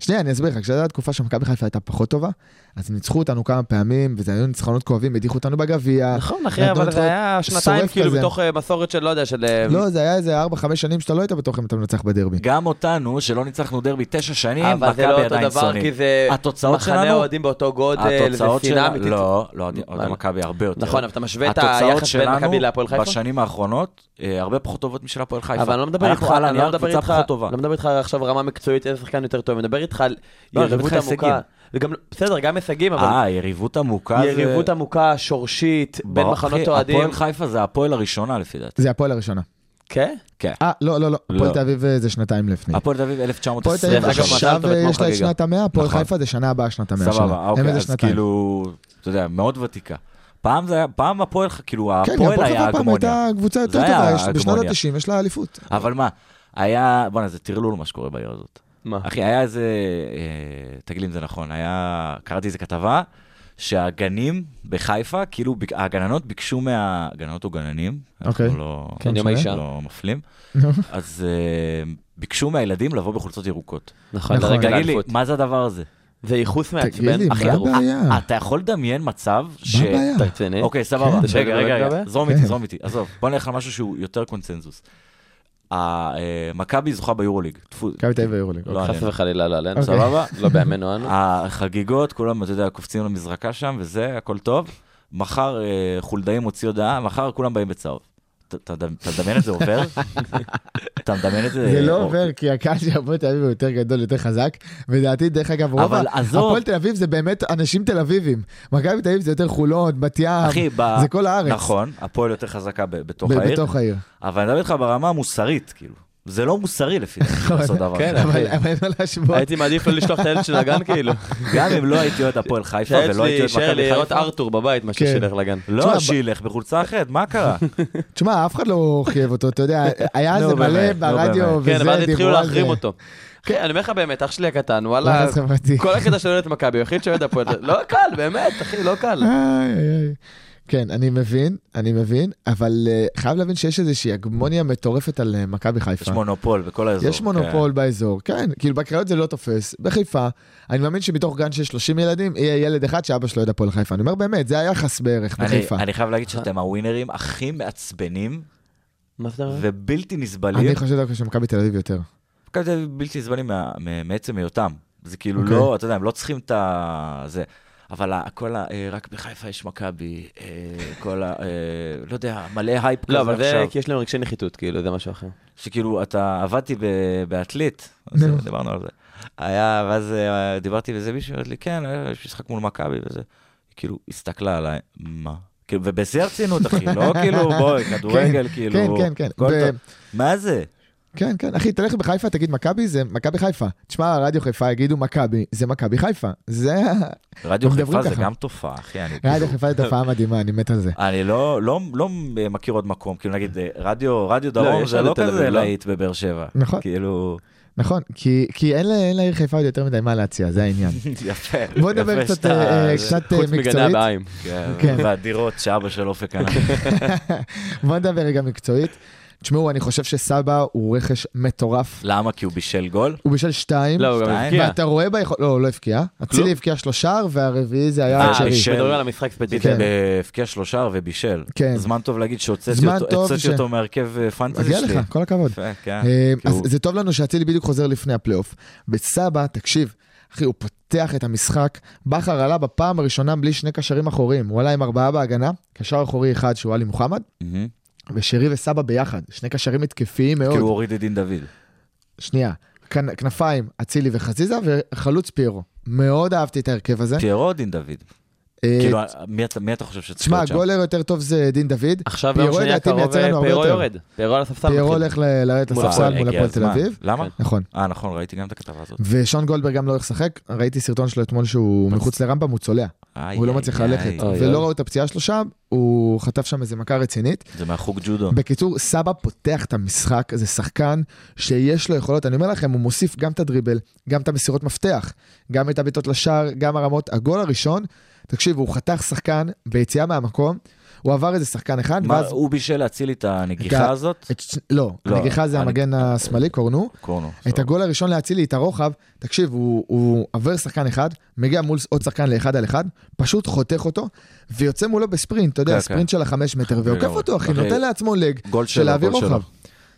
S5: שנייה, אני אסביר לך, כשזו הייתה תקופה שמכבי חיפה הייתה פחות טובה, אז הם ניצחו אותנו כמה פעמים, וזה היו ניצחונות כואבים, הדיחו אותנו בגביע.
S6: נכון, אחי, אבל זה היה שנתיים
S5: שורף
S6: כאילו
S5: כזה.
S6: בתוך אה, מסורת של, לא יודע, של... אה,
S5: לא, זה היה איזה 4-5 שנים שאתה לא היית בטוח אם אתה מנצח בדרבי.
S4: גם אותנו, שלא ניצחנו דרבי תשע שנים,
S6: אבל זה
S4: מכבי
S6: לא אותו
S4: עדיין
S6: דבר,
S4: שונאים.
S6: כי זה
S4: התוצאות
S6: מחנה
S4: שלנו-
S6: אוהדים באותו גודל, זה
S4: התוצאות
S6: שנאה
S4: שלנו,
S6: אמיתית.
S4: לא, לא, עוד- עוד
S6: מה?
S4: מכבי הרבה יותר.
S6: נכון, אבל אתה משווה את
S4: התוצאות
S6: היחס בין
S4: שלנו
S6: מכבי להפועל חיפה?
S4: בשנים האחרונות, אה, הרבה פחות טובות משל הפועל חיפה.
S6: אבל אני לא מדבר איתך,
S4: אנחנו על
S6: אני לא
S4: הנייר
S6: מדבר
S4: קבוצה
S6: איתך,
S4: פחות טובה.
S6: לא מדבר איתך עכשיו רמה מקצועית, איזה שחקן יותר טוב, אני מדבר איתך על
S4: לא, אני מדבר
S6: יריבות
S4: איתך
S6: עמוקה. וגם, בסדר, גם הישגים, אבל
S4: אה, יריבות עמוקה זה...
S5: אה,
S6: יריבות עמוקה, שורשית, בין
S4: ברור, אחי,
S6: מחנות אוהדים.
S4: הפועל חיפה זה הפועל הראשונה לפי דעתי.
S5: זה הפועל הראשונה.
S6: כן?
S5: אה, לא, לא, לא,
S4: לא.
S5: הפועל תל אביב אה, זה שנתיים לפני.
S4: הפועל תל אביב
S5: הפועל תל אביב
S4: 1920.
S6: דרך אגב, מזל
S5: עכשיו
S6: טוב
S5: אה,
S6: אתמול
S5: יש לה את
S6: חגיגה.
S5: שנת המאה, הפועל
S4: נכון.
S5: חיפה זה שנה הבאה שנת המאה שלה.
S4: סבבה,
S5: הם
S4: אוקיי,
S5: איזה
S4: אז
S5: שנתיים.
S4: כאילו, אתה יודע, מאוד ותיקה. פעם זה היה, פעם הפועל, כאילו,
S5: כן, גם
S4: הפועל
S5: הפועל
S4: היה
S5: חיפה פעם
S4: הגמוניה.
S5: הייתה קבוצה יותר
S4: זה היה
S5: טובה, יש- בשנות
S4: ההגמוניה.
S5: ה-90 יש לה אליפות.
S4: אבל מה, היה, בואנה, זה טרלול מה שקורה בעיר הזאת.
S6: מה?
S4: אחי, היה איזה, אה, תגיד לי אם זה נכון, היה, קראתי איזה כתבה, שהגנים בחיפה, כאילו, ביק- הגננות ביקשו מה... גננות או גננים,
S5: אוקיי.
S4: אנחנו לא...
S5: כן,
S6: יום האישה.
S4: לא מפלים.
S5: נו.
S4: אז אה, ביקשו מהילדים לבוא בחולצות ירוקות.
S6: נכון,
S5: נכון.
S6: לרגל
S4: תגיד לי,
S6: האליפות.
S4: מה זה הדבר הזה?
S6: זה ייחוס
S5: תגיד לי,
S6: מעצבן.
S5: מה
S4: אחי,
S6: ארוך.
S5: הבעיה?
S4: אתה יכול לדמיין מצב ש...
S5: מה הבעיה?
S6: אתה רציני?
S4: אוקיי, סבבה.
S5: כן.
S6: אתה שואל
S4: רגע,
S6: לגבי
S4: רגע, רגע.
S6: לגבי?
S4: זרום
S5: כן.
S4: איתי, זרום איתי. עזוב, בוא נלך על משהו שהוא יותר קונצנזוס. ה- אה, מכבי זוכה ביורוליג. טפו,
S5: מכבי תל אביב ויורוליג.
S4: לא
S6: חס
S4: עלינו.
S6: וחלילה, לא עלינו,
S5: אוקיי.
S6: סבבה? לא בימינו אנו.
S4: החגיגות, כולם, אתה יודע, קופצים למזרקה שם וזה, הכל טוב. מחר אה, חולדאי מוציא הודעה, מחר כולם באים בצהוב. ת- ת- אתה מדמיין את זה עובר? אתה מדמיין את זה?
S5: זה לא
S4: או-
S5: עובר, כי הקהל של הפועל תל אביב הוא יותר גדול, יותר חזק. ולדעתי, דרך אגב, רוב
S4: אבל
S5: ה-
S4: עזוב.
S5: הפועל תל אביב זה באמת אנשים תל אביבים. מכבי תל אביב זה יותר חולון, בת ים,
S4: אחי, ב-
S5: זה כל הארץ.
S4: נכון, הפועל יותר חזקה ב- בתוך
S5: ב-
S4: העיר,
S5: בתוך העיר.
S4: אבל אני מדבר איתך ברמה המוסרית, כאילו. זה לא מוסרי לפי דעתי לעשות דבר
S6: כן,
S4: כזה.
S5: נכון. אבל
S6: אחי.
S5: אבל אין מה להשוות.
S6: הייתי מעדיף לא לשלוח את הילד שלי לגן, כאילו.
S4: גם אם לא הייתי אוהד הפועל חיפה
S6: שהילד
S4: ולא
S6: שלי
S4: הייתי
S6: יישאר
S4: אוהד
S6: לי
S4: מכבי
S6: לראות
S4: חיפה,
S6: ארתור בבית, מאשר
S5: כן.
S6: שילך לגן.
S5: תשמע, נכון.
S4: לא, שילך בחולצה אחרת, מה קרה?
S5: תשמע, אף אחד לא חייב אותו, אתה יודע, היה על
S4: נו,
S5: זה מלא
S4: באמת, נו,
S5: ברדיו,
S4: באמת.
S5: וזה,
S6: כן, ואז התחילו
S5: דיברו על
S6: להחרים
S5: זה. לא,
S6: אותו. אחי, אני אומר לך באמת, אח שלי הקטן, וואלה,
S5: לחץ חברתי.
S6: כל הקטע שלו להיות מכבי, הוא היחיד שאוהד הפועל, לא קל, באמת, אחי, לא קל.
S5: איי, איי, איי. כן, אני מבין, אני מבין, אבל אה, חייב להבין שיש איזושהי הגמוניה מטורפת על אה, מכבי חיפה.
S4: יש מונופול בכל האזור.
S5: יש מונופול באזור, כן, כאילו בקריות זה לא תופס, בחיפה, אני מאמין שמתוך גן של 30 ילדים, יהיה ילד אחד שאבא שלו ידע פועל חיפה, אני אומר באמת, זה היחס בערך
S4: כן. אני-
S5: בחיפה.
S4: אני חייב להגיד
S6: אה.
S4: שאתם הווינרים הכי מעצבנים
S6: מה זאת אומרת?
S4: ובלתי נסבלים.
S5: אני חושב דווקא שמכבי תל אביב יותר.
S4: מכבי תל אביב בלתי נסבלים מה- מ- מעצם היותם. זה כאילו
S5: אוקיי.
S4: לא, אתה יודע, הם לא צריכים את ה... זה. אבל ה- כל ה... אה, רק בחיפה יש מכבי, אה, כל ה... אה, לא יודע, מלא הייפ
S6: לא,
S4: כזה
S6: אבל זה
S4: עכשיו.
S6: כי יש להם רגשי נחיתות, כאילו, זה משהו אחר.
S4: שכאילו, אתה עבדתי ב- בעתלית, אז
S5: נו.
S4: דיברנו על זה. היה, ואז אה, דיברתי וזה, מישהו אמר לי, כן, אה, יש משחק מול מכבי וזה. כאילו, הסתכלה עליי, מה? כאילו, ובשיא הרצינות, אחי, לא כאילו, בואי, כדורגל, כאילו.
S5: כן, כן, כן.
S4: כל
S5: ב-
S4: טוב. מה זה?
S5: כן, כן, אחי, תלך בחיפה, תגיד מכבי, זה מכבי חיפה. תשמע, רדיו חיפה יגידו מכבי, זה מכבי חיפה. זה...
S4: רדיו
S5: מדברים
S4: חיפה זה
S5: ככה.
S4: גם תופעה, אחי, אני כאילו...
S5: רדיו חיפה זה תופעה מדהימה, אני מת על זה.
S4: אני לא, לא, לא מכיר עוד מקום, כאילו נגיד אה, רדיו, רדיו
S6: לא,
S4: דרום
S6: יש
S4: זה
S6: עוד
S4: לא
S6: בתל
S4: כזה
S6: אביב, לא?
S4: להיט בבאר שבע.
S5: נכון.
S4: כאילו,
S5: נכון, כי, כי אין, לה- אין לעיר חיפה עוד יותר מדי מה להציע, זה העניין.
S4: יפה.
S5: בוא נדבר
S4: יפה
S5: קצת,
S4: שאתה-
S5: אה, אה,
S4: זה-
S5: קצת אה,
S6: חוץ מגני
S5: מקצועית.
S6: הבעיים.
S4: כן,
S5: כן.
S4: והדירות שאבא של אופק קנה.
S5: בוא נדבר רגע מקצועית. תשמעו, אני חושב שסבא הוא רכש מטורף.
S4: למה? כי הוא בישל גול?
S5: הוא בשל שתיים.
S6: לא, הוא גם
S4: שתיים.
S6: הבקיע.
S5: ואתה רואה ביכולת, לא, הוא לא הבקיע. אצילי הבקיע שלושה, והרביעי זה היה
S4: אה,
S5: הצ'רי.
S4: בישל.
S6: מדברים על המשחק ספציפי.
S5: כן.
S4: אה, הבקיע שלושה ובישל.
S5: כן.
S4: זמן טוב להגיד שהוצאתי
S5: זמן
S4: אותו-
S5: טוב ש-
S4: הוצאתי אותו מהרכב אה, פנטזי
S5: מגיע
S4: שלי.
S5: לך, כל הכבוד.
S4: יפה, כן.
S5: אה,
S4: כי
S5: אז
S4: הוא-
S5: זה טוב לנו שאצילי בדיוק חוזר לפני הפלייאוף. בסבא, תקשיב, אחי, הוא פותח את המשחק. בכר עלה בפעם הראשונה בלי שני קשרים אחוריים. הוא עלה עם ארבעה בהגנה, קשר אחורי אחד שהוא עלי מוחמד,
S4: מהמם.
S5: ושרי וסבא ביחד. שני קשרים התקפיים מאוד.
S4: כי הוא הוריד את דין דוד.
S5: שנייה, כנ- כנפיים, אצילי וחזיזה, וחלוץ פיירו. מאוד אהבתי את ההרכב הזה.
S4: פיירו או דין דוד?
S5: אה,
S4: כאילו, אוקיי, מי אתה- מי אתה חושב שצריך
S5: תשמע,
S4: להיות שם?
S5: הגולר יותר טוב זה דין דוד.
S6: עכשיו
S5: פיירו
S6: ביום שני
S5: לדעתי
S6: הקרוב,
S5: מייצר לנו הרבה
S6: פיירו
S5: יותר.
S6: יורד. פיירו על הספסל.
S5: פיירו
S6: מתחיל.
S5: הולך ל- לרדת
S6: מול
S5: לספסל
S6: הפועל,
S5: מול
S4: כאילו. הגיע
S5: הפועל תל
S4: הזמן.
S5: אביב.
S4: למה?
S6: כן.
S5: נכון.
S4: אה, נכון, ראיתי גם את הכתבה הזאת.
S5: ושון גולדברג גם לא הולך לשחק, ראיתי סרטון שלו אתמול שהוא מחוץ לרמב"ם, הוא צולע,
S4: איי,
S5: הוא לא
S4: איי,
S5: מצליח
S4: איי.
S5: ללכת,
S6: אוי,
S5: ולא
S6: אוי.
S5: ראו את הפציעה שלו שם, הוא חטף שם איזה מכה רצינית.
S4: זה מהחוג ג'ודו.
S5: בקיצור, סבא פותח את המשחק, זה שחקן שיש לו יכולות, אני אומר לכם, הוא מוסיף גם את הדריבל, גם את המסירות מפתח, גם את הבעיטות לשער, גם הרמות. הגול הראשון, תקשיבו, הוא חתך שחקן ביציאה מהמקום, הוא עבר איזה שחקן אחד,
S4: מה,
S5: ואז...
S4: הוא בישל להציל את הנגיחה
S5: את ה-
S4: הזאת?
S5: את ש- לא,
S4: לא,
S5: הנגיחה זה
S4: אני-
S5: המגן השמאלי, קורנו.
S4: קורנו.
S5: את הגול הראשון להצילי, את הרוחב, תקשיב, הוא, הוא עבר שחקן אחד, מגיע מול עוד שחקן לאחד על אחד, פשוט חותך אותו, ויוצא מולו בספרינט, אתה יודע,
S4: כן,
S5: ספרינט של החמש מטר, ועוקף
S4: לגמרי.
S5: אותו, אחי,
S4: אחי,
S5: נותן לעצמו לג
S4: גול
S5: של
S4: שלו,
S5: להעביר
S4: גול שלו.
S5: רוחב.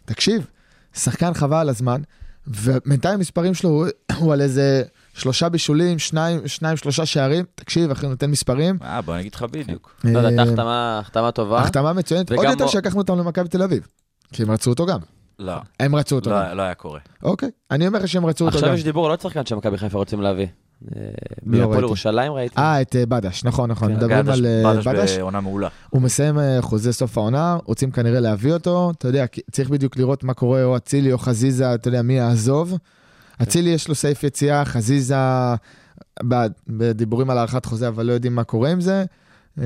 S5: תקשיב, שחקן חבל על הזמן, ובינתיים המספרים שלו הוא, הוא על איזה שלושה בישולים, שניים, שניים, שלושה שערים, תקשיב, אחי, נותן מספרים.
S4: אה, בוא אני אגיד לך בדיוק.
S6: לא יודעת,
S5: אה,
S6: החתמה- החתמה טובה.
S5: החתמה מצוינת, עוד
S6: וגם
S5: יותר
S6: הוא-
S5: שלקחנו אותם למכבי תל אביב, כי הם רצו אותו גם.
S4: לא,
S5: הם רצו אותו גם.
S4: לא לא היה קורה.
S5: אוקיי, אני אומר לך שהם רצו אותו
S6: עכשיו
S5: גם. לא
S6: יש דיבור על עוד שחקן שמכבי חיפה רוצים להביא. אה,
S5: ראיתי.
S6: מהפועל ירושלים ראיתי.
S5: אה, את אה, בדש, נכון, נכון,
S6: כן,
S5: מדברים
S4: בדש-
S5: על אה, בדש,
S4: בדש בעונה מעולה.
S5: הוא מסיים אה, חוזה סוף העונה, רוצים כנראה להביא אותו, אתה יודע, כי- צריך בדיוק לראות מה קורה, או אצילי או חזיזה, אתה יודע, מי יעזוב.
S4: כן.
S5: אצילי יש לו סעיף יציאה, חזיזה, ב- בדיבורים על הארכת חוזה, אבל לא יודעים מה קורה עם זה. אה,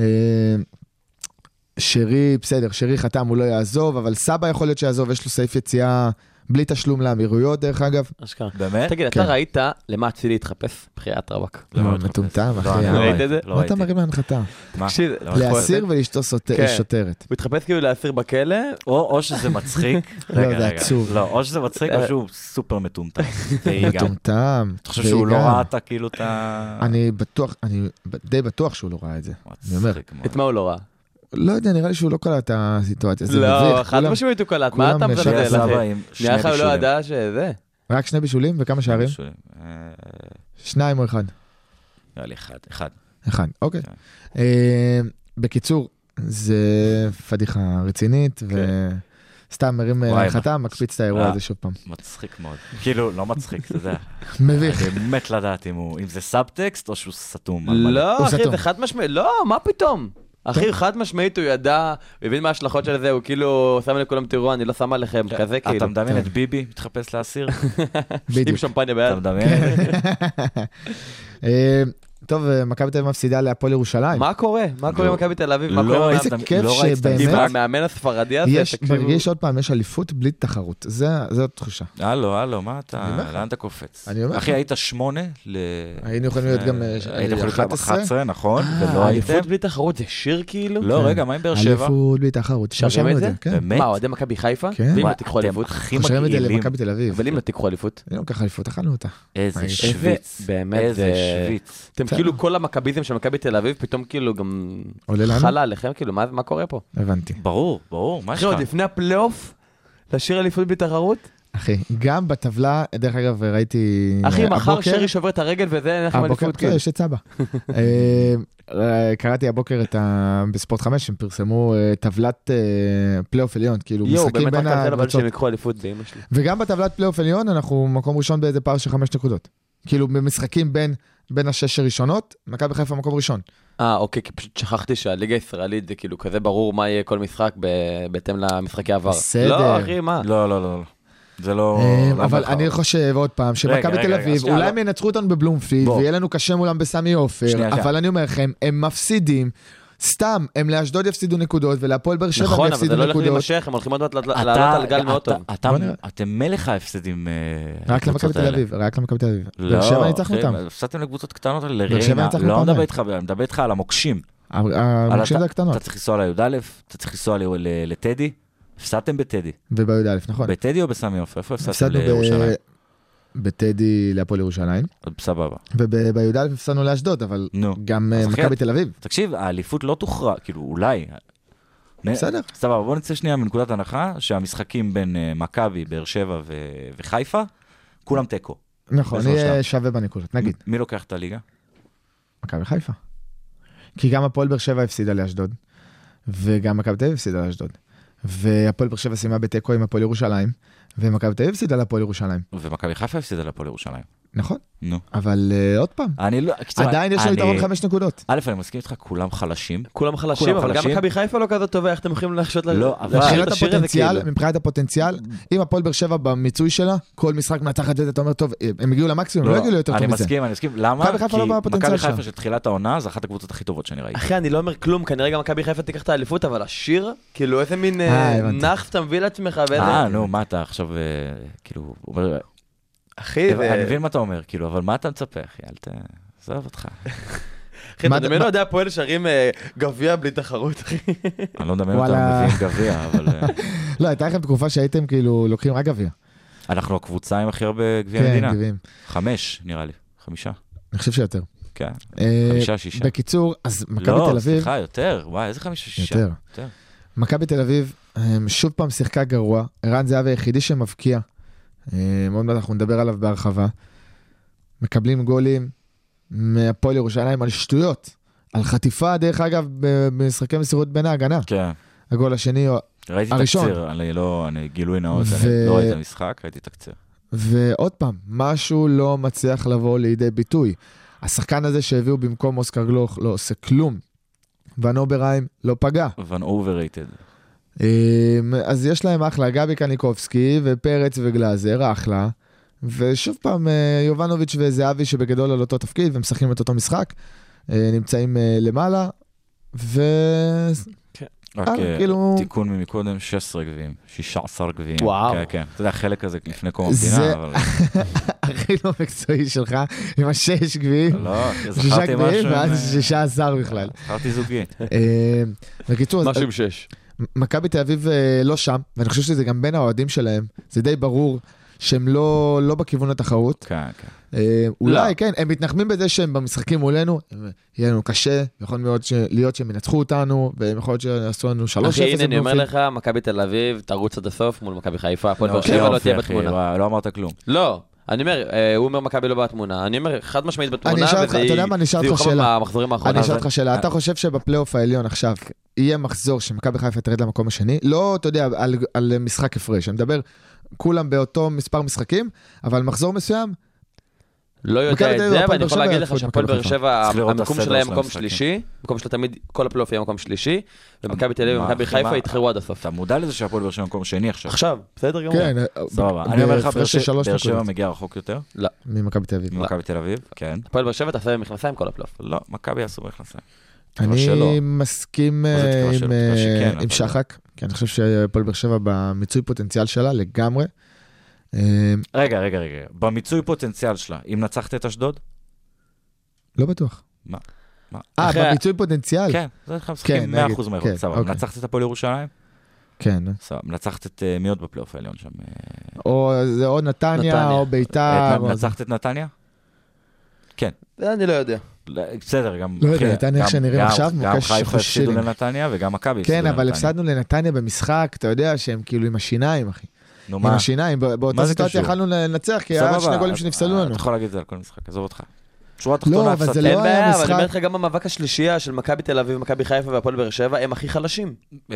S5: שרי, בסדר, שרי חתם, הוא לא יעזוב, אבל סבא יכול להיות שיעזוב, יש לו סעיף יציאה בלי תשלום לאמירויות, דרך אגב.
S6: אשכרה.
S4: באמת?
S6: תגיד,
S5: כן.
S6: אתה ראית למה אצילי התחפש? בחיית רווק.
S4: למה
S5: לא,
S4: אתה מחפש?
S5: מטומטם,
S4: לא,
S5: אחי.
S4: אני לא
S5: ראית
S4: ראיתי,
S6: את זה?
S4: לא
S5: מה
S4: ראיתי.
S5: אתה מרים להנחתה?
S4: מה?
S6: תקשיב,
S4: לא,
S6: יכול-
S5: לאסיר ולאשתו שוט-
S6: כן.
S5: שוטרת.
S6: הוא התחפש כאילו לאסיר בכלא,
S4: או או שזה מצחיק,
S5: לא,
S4: רגע,
S5: זה
S4: רגע.
S5: עצוב.
S4: לא, או שזה מצחיק או שהוא סופר מטומטם. תהיי גם.
S5: מטומטם.
S4: אתה חושב שהוא לא
S5: וגם-
S4: ראה את ה- כאילו את ה...
S5: אני בטוח, אני די בטוח שהוא לא ראה את זה. אני אומר.
S4: מצחיק מאוד.
S6: את מה הוא לא ראה? לא,
S5: לא יודע, נראה לי שהוא לא קלט את הסיטואציה. זה
S6: לא,
S5: מביך.
S6: חד
S5: כולם-
S6: משמעית הוא קלט, מה
S5: כולם
S6: אתה
S5: משנה
S4: שהיה
S5: זה,
S6: מזלזל
S4: סבא
S6: אחי?
S4: עם שני
S6: נראה לך הוא לא
S4: בישולים.
S6: ידע שזה.
S5: רק שני בישולים וכמה שערים?
S4: בישולים. אה,
S5: שניים או אחד?
S4: נראה לי אחד, אחד.
S5: אחד, אוקיי.
S4: כן.
S5: אה, בקיצור, זה פדיחה רצינית, וסתם מרים
S4: וואי,
S5: להנחתה, מקפיץ את האירוע
S4: אה.
S5: הזה שוב פעם.
S4: מצחיק מאוד. כאילו, לא מצחיק, אתה יודע.
S5: מביך.
S4: אני מת לדעת אם הוא- אם זה סאבטקסט או שהוא סתום. על מלא.
S5: הוא
S6: לא, אחי,
S5: סתום.
S6: זה חד משמעית, לא, מה פתאום? אחי, חד משמעית, הוא ידע, הוא הבין מה ההשלכות של זה, הוא כאילו שם לכולם, תראו, אני לא שם עליכם, כזה כאילו.
S4: אתה מדמיין
S5: כן.
S4: את ביבי מתחפש לאסיר?
S6: עם
S5: בדיוק.
S6: שמפניה
S4: אתה
S6: ביד.
S4: מדמיין את
S5: כן.
S4: זה?
S5: אה, טוב, אה, מכבי תל אביב מפסידה להפועל ירושלים.
S6: מה קורה? מה קורה עם
S4: לא.
S6: מכבי תל אביב? מה
S4: לא
S6: קורה עם
S5: איזה
S4: ראיתי-
S5: כיף
S4: לא ראיתי את
S5: שבאמת-
S6: עם
S4: המשחק.
S6: המאמן הספרדי הזה?
S5: יש,
S6: תקשיבו.
S5: מרגיש עוד פעם, יש אליפות בלי תחרות. זה- זו התחושה.
S4: הלו, הלו, מה
S5: אני אומר
S4: אתה,
S5: לך.
S4: לאן אתה קופץ?
S5: אני אומר
S4: אחי,
S5: לך.
S4: היית שמונה ל...
S5: היינו יכולים להיות גם, אה,
S4: היית יכול להיות גם
S5: 11?
S4: 11, נכון, ולא
S6: אה,
S4: הייתם.
S6: אליפות בלי תחרות זה שיר כאילו?
S4: לא,
S5: כן.
S4: רגע, מה עם באר שבע?
S5: אליפות בלי תחרות.
S6: שרים
S5: שמענו
S6: את זה?
S5: כן.
S4: באמת?
S6: מה, אוהדי מכבי חיפה?
S5: כן.
S6: ואם
S4: וואי,
S6: לא תיקחו
S4: אתם
S6: אליפות?
S4: הכי
S5: קושרים את זה
S4: מגעילים.
S5: למכבי תל אביב.
S6: אבל אם לא תיקחו אליפות?
S5: אני לוקח אליפות, אכלנו אותה.
S4: איזה
S5: איזה- אה,
S4: שוויץ.
S6: באמת,
S4: איזה
S6: זה-
S4: שוויץ.
S6: אתם
S5: בסדר.
S6: כאילו כל המכביזם של מכבי תל אביב פתאום כאילו גם
S5: עולה לנו?
S6: חלה עליכם כאילו מה מה קורה פה?
S5: הבנתי.
S4: ברור, ברור, מה יש
S6: אחי עוד
S4: לך?
S6: לפני הפלייאוף לשיר אליפות בלי תחרות?
S5: אחי, גם בטבלה, דרך אגב, ראיתי... אה,
S6: אחי מחר
S5: הבוקר-
S6: שרי שובר את הרגל וזה אין לכם
S5: הבוקר,
S6: אליפות
S5: כן,
S6: כאילו.
S5: יש את סבא. אה, אה, קראתי הבוקר את ה... בספורט 5, הם פרסמו אה, טבלת אה, פלייאוף עליון, כאילו
S6: יואו
S5: משחקים
S6: באמת רק
S5: בין
S6: על זה אבל
S5: הקבוצות.
S6: שהם יקחו אליפות זה אמא שלי.
S5: וגם בטבלת פלייאוף עליון אנחנו מקום ראשון באיזה פער של חמש נקודות. כאילו במשחקים בין בין השש הראשונות, מכבי חיפה מקום ראשון.
S6: אה אוקיי כי פשוט שכחתי שהליגה הישראלית זה כאילו כזה ברור מה יהיה כל משחק ב- בהתאם למשחקי עבר.
S5: בסדר.
S6: לא אחי מה?
S4: לא, לא, לא, לא. זה לא...
S5: אה,
S4: לא
S5: אבל
S4: מאוחר.
S5: אני חושב עוד פעם, שמכבי
S4: רגע,
S5: תל
S4: רגע,
S5: אביב,
S4: שנייה,
S5: אולי
S4: לא.
S5: הם ינצחו אותנו בבלומפילד,
S4: בוא.
S5: ויהיה לנו קשה מולם בסמי עופר,
S4: שנייה,
S5: אבל
S4: שנייה.
S5: אני אומר לכם, הם מפסידים. סתם, הם לאשדוד יפסידו נקודות, ולהפועל באר שבע הם
S6: נכון אבל זה
S5: יפסידו
S6: לא הולך
S5: נקודות.
S6: להימשך הם הולכים עוד מעט לעלות
S4: אתה-
S6: על גל
S4: אתה-
S6: מאוד טוב.
S4: אתה-
S5: בוא נראה.
S4: אתם מלך ההפסדים. אה,
S5: רק למכבי
S4: לקבוצות
S5: תל
S4: האלה.
S5: אביב, רק למכבי תל אביב.
S4: לא,
S5: באר שבע ניצחנו
S4: אחי,
S5: אותם.
S4: הפסדתם לקבוצות קטנות על
S5: שבע
S4: ריינה,
S5: ניצחנו
S4: לא
S5: פעמיים.
S4: מדבר איתך, אני מדבר איתך על המוקשים.
S5: המוקשים
S4: על
S5: זה
S4: הת- אתה
S5: הקטנות,
S4: צריך לנסוע לי"א, אתה צריך לנסוע ל- ל- לטדי, הפסדתם בטדי.
S5: ובי"א, נכון.
S4: בטדי או בסמי עופר? איפה הפסדתם
S5: הפסדנו ב-
S4: לירושלים?
S5: בטדי להפועל ירושלים,
S4: סבבה.
S5: ובי"א הפסדנו לאשדוד, אבל
S4: נו.
S5: גם אה,
S4: אז אחי,
S5: מכבי תל אביב.
S4: תקשיב, האליפות לא תוכרע, כאילו, אולי. נ-
S5: בסדר.
S4: סבבה, בוא נצא שנייה מנקודת הנחה שהמשחקים בין אה, מכבי, באר שבע ו- וחיפה, כולם תיקו.
S5: נכון,
S4: באיזשהו
S5: יהיה
S4: שלב.
S5: שווה בנקודות, נגיד,
S4: מ- מי לוקח את הליגה?
S5: מכבי חיפה. כי גם הפועל באר שבע הפסידה לאשדוד, וגם מכבי תל אביב הפסידה לאשדוד. והפועל באר שבע סיימה בתיקו עם הפועל ירושלים, ומכבי תל אביב הפסידה להפועל ירושלים,
S4: ומכבי חיפה הפסידה להפועל ירושלים.
S5: נכון?
S4: נו.
S5: אבל אה, עוד פעם,
S4: אני לא... קיצור,
S5: עדיין יש לנו
S4: אני-
S5: יתרון חמש לא, נקודות.
S4: א', אני מסכים איתך, כולם חלשים.
S6: כולם חלשים
S4: כולם
S6: אבל גם
S4: חלשים.
S6: מכבי חיפה לא כזאת טובה איך אתם יכולים לחשות לה-
S4: לא, אבל-
S6: לשיר
S5: מבחינת
S6: את השיר הזה כאילו.
S5: הפוטנציאל, מבחינת הפוטנציאל, אם הפועל באר שבע במיצוי שלה, כל משחק מנצחת וזה, אתה אומר, טוב, אה, הם הגיעו למקסימום, הם לא הגיעו ליותר טוב
S4: אני
S5: מזה.
S4: מסכים, אני מסכים. למה?
S5: מכבי חיפה לא
S4: כי
S5: בפוטנציאל
S4: מכבי
S5: שלה.
S4: חיפה של תחילת העונה, זו אחת הקבוצות הכי טובות שאני ראיתי.
S6: אחי, אני לא אומר כלום, כנראה גם מכבי חיפה תיקח את האליפות, אבל השיר, כאילו איזה מין
S5: אה,
S6: אה,
S5: הבנתי.
S6: נח אתה מביא לעצמך, ואיזה...
S4: אה, נו, מה אתה עכשיו, אה, כאילו, אומר-
S6: אחי,
S4: אני
S6: זה...
S4: מבין מה אתה אומר, כאילו, אבל מה אתה מצפה, אחי? אל ת... עזוב אותך.
S6: אחי,
S5: מה-
S6: אתה מדמיין אוהדי הפועל שרים אה, גביע בלי תחרות, אחי.
S4: אני לא מדמיין אותם
S5: וואלה.
S4: מביאים גביע, אבל אה,
S5: לא, הייתה לכם תקופה שהייתם כאילו לוקחים רק גביע.
S4: אנחנו הקבוצה עם הכי הרבה גביע
S5: כן, אה,
S4: המדינה.
S5: גביעים.
S4: חמש, נראה לי. חמישה.
S5: אני חושב שיותר.
S4: כן.
S5: אה,
S4: חמישה, שישה.
S5: בקיצור, אז מכבי
S4: לא,
S5: תל אביב...
S4: סליחה, יותר. וואי, איזה חמישה, שישה.
S5: יותר.
S4: יותר.
S5: מכבי תל אביב אמ, שוב פעם שיחקה גרוע, ערן זהבי היחידי שמבקיע, אמ, עוד מעט אנחנו נדבר עליו בהרחבה. מקבלים גולים מהפועל ירושלים על שטויות, על חטיפה דרך אגב ב- במשחקי מסירות בין ההגנה.
S4: כן.
S5: הגול השני,
S4: ראיתי
S5: הראשון.
S4: תקציר, אני לא, אני גילוי נאות,
S5: ו-
S4: אני לא ראיתי את המשחק, ראיתי תקציר.
S5: ועוד פעם, משהו לא מצליח לבוא לידי ביטוי. השחקן הזה שהביאו במקום אוסקר גלוך לא עושה כלום. ון אוברהיים לא פגע.
S4: ון אוברייטד.
S5: אמ, אז יש להם אחלה, גבי קניקובסקי ופרץ וגלאזר, אחלה. ושוב פעם, אה, יובנוביץ' וזהבי שבגדול על אותו תפקיד ומשחקים את אותו משחק, אה, נמצאים אה, למעלה, ו...
S4: רק
S5: אה,
S4: אה,
S5: כאילו...
S4: תיקון ממקודם, 16 גביעים. 16 גביעים.
S6: וואו.
S4: כן, כן. אתה יודע, חלק כזה לפני קום
S5: זה-
S4: המדינה, אבל...
S5: הכי לא מקצועי שלך, עם השש גביעים,
S4: לא,
S5: שישה
S4: זכרתי
S5: גביעים
S4: משהו.
S5: ואז
S4: אה,
S5: שישה עשר בכלל.
S4: זכרתי זוגי.
S5: אמ, בקיצור, אז-
S6: משהו עם שש.
S5: מכבי תל אביב אה, לא שם, ואני חושב שזה גם בין האוהדים שלהם, זה די ברור שהם לא לא בכיוון התחרות.
S4: כן, כן.
S5: אה, אולי,
S6: לא.
S5: כן, הם מתנחמים בזה שהם במשחקים מולנו, הם- יהיה לנו קשה, יכול מאוד ש- להיות שהם ינצחו אותנו, והם יכול להיות שיעשו לנו 3-0.
S6: אחי, הנה אני אומר
S5: בבלומפילד.
S6: לך, מכבי תל אביב, תרוץ עד הסוף מול מכבי חיפה, הפועל
S4: נו,
S6: באר שבע לא
S4: יופי,
S6: תהיה
S4: אחי,
S6: בתמונה.
S4: וואי, לא אמרת כלום.
S6: לא, אני אומר, אה, הוא אומר מכבי לא בתמונה, אני אומר חד משמעית בתמונה,
S5: אני אשאל אותך,
S6: וזה
S5: אתה יודע מה, אני אשאל אותך שאלה.
S6: במחזורים האחרונים.
S5: אני אשאל
S4: אבל-
S5: אותך שאלה, אתה
S4: אה.
S5: חושב שבפלייאוף העליון עכשיו יהיה מחזור שמכבי חיפה תרד למקום השני? לא, אתה יודע, על- על משחק הפרש, אני מדבר כולם באותו מספר משחקים, אבל מחזור מסוים,
S6: לא
S5: מכבי
S6: יודע את
S5: תל אביב
S6: זה,
S5: והפועל
S6: אבל אני
S5: באר
S6: יכול
S5: שבע
S6: להגיד
S5: יעפו
S6: לך
S5: את
S6: שהפועל
S5: מכבי
S6: באר
S5: חיפה.
S6: שבע,
S4: צריך לראות את
S6: המקום
S4: הסדר
S6: שלה יהיה
S4: של כן.
S6: מקום
S4: המשחקים.
S6: שלישי, מקום שלה תמיד, כל הפלייאוף יהיה מקום שלישי, ומכבי תל אביב
S4: מה,
S6: ומכבי
S4: אחי,
S6: חיפה
S4: מה?
S6: ידחרו עד הסוף.
S4: אתה מודע לזה שהפועל באר שבע במקום שני עכשיו.
S6: עכשיו, בסדר גמור.
S5: כן,
S4: סבבה. אני אומר לך, באר
S5: בהפרש של
S4: שבע-
S5: שלוש
S4: באר שבע
S5: נקודות
S4: מגיע רחוק יותר,
S5: ממכבי תל אביב.
S4: ממכבי תל אביב, כן.
S6: הפועל באר שבע תעשה במכנסיים כל הפלייאוף.
S4: לא, מכבי יעשו במכנסיים. תקווה שלא.
S5: אני מסכים
S4: זה תקווה
S5: אה, עם,
S4: שלא, תקווה
S5: אה,
S4: שכן,
S5: עם
S4: אבל-
S5: שחק, כי אני חושב שהפועל באר שבע במיצוי פוטנציאל שלה לגמרי. אה,
S4: רגע, רגע, רגע. במיצוי פוטנציאל שלה, אם נצחת את אשדוד?
S5: לא בטוח.
S4: מה? מה?
S5: אה,
S6: אחרי-
S5: במיצוי פוטנציאל?
S4: כן, זה אנחנו משחקים 100%
S5: נגיד,
S4: מהיכולת,
S5: כן,
S4: סבבה.
S5: אוקיי.
S4: מנצחת את הפועל ירושלים?
S5: כן.
S4: סבבה. מנצחת את אה, מי עוד בפלייאוף העליון שם? אה,
S5: או זה או נתניה,
S6: נתניה.
S5: או ביתר.
S4: את-
S5: או-
S4: מנצחת את נתניה?
S6: זה אני לא יודע.
S4: לא, בסדר, גם...
S5: לא יודע,
S4: אחי,
S5: נתניה איך
S4: גם-
S5: שנראים
S4: גם-
S5: עכשיו,
S4: גם
S5: מוקש
S4: חיפה הפסידו
S5: שילינג.
S4: לנתניה וגם מכבי הפסידו
S5: כן,
S4: לנתניה.
S5: אבל הפסדנו לנתניה במשחק, אתה יודע שהם כאילו עם השיניים, אחי.
S4: נו
S5: עם
S4: מה?
S5: השיניים, בא- באותה
S4: זה
S5: סיטואציה
S4: קשור?
S5: יכלנו לנצח, כי היה
S4: סבבה,
S5: שני גולים
S4: אז-
S5: שנפסלו
S4: אה,
S5: לנו.
S4: אתה יכול להגיד את זה על כל משחק, עזוב אותך. שורה
S5: לא,
S4: תחתונה,
S5: אבל זה
S4: הפסדת.
S5: לא
S6: אין
S5: היה
S6: בעיה, אבל אני אומר
S5: משחק-
S6: לך, גם במאבק השלישייה של מכבי תל אביב, מכבי חיפה והפועל באר שבע, הם הכי חלשים.
S4: אה,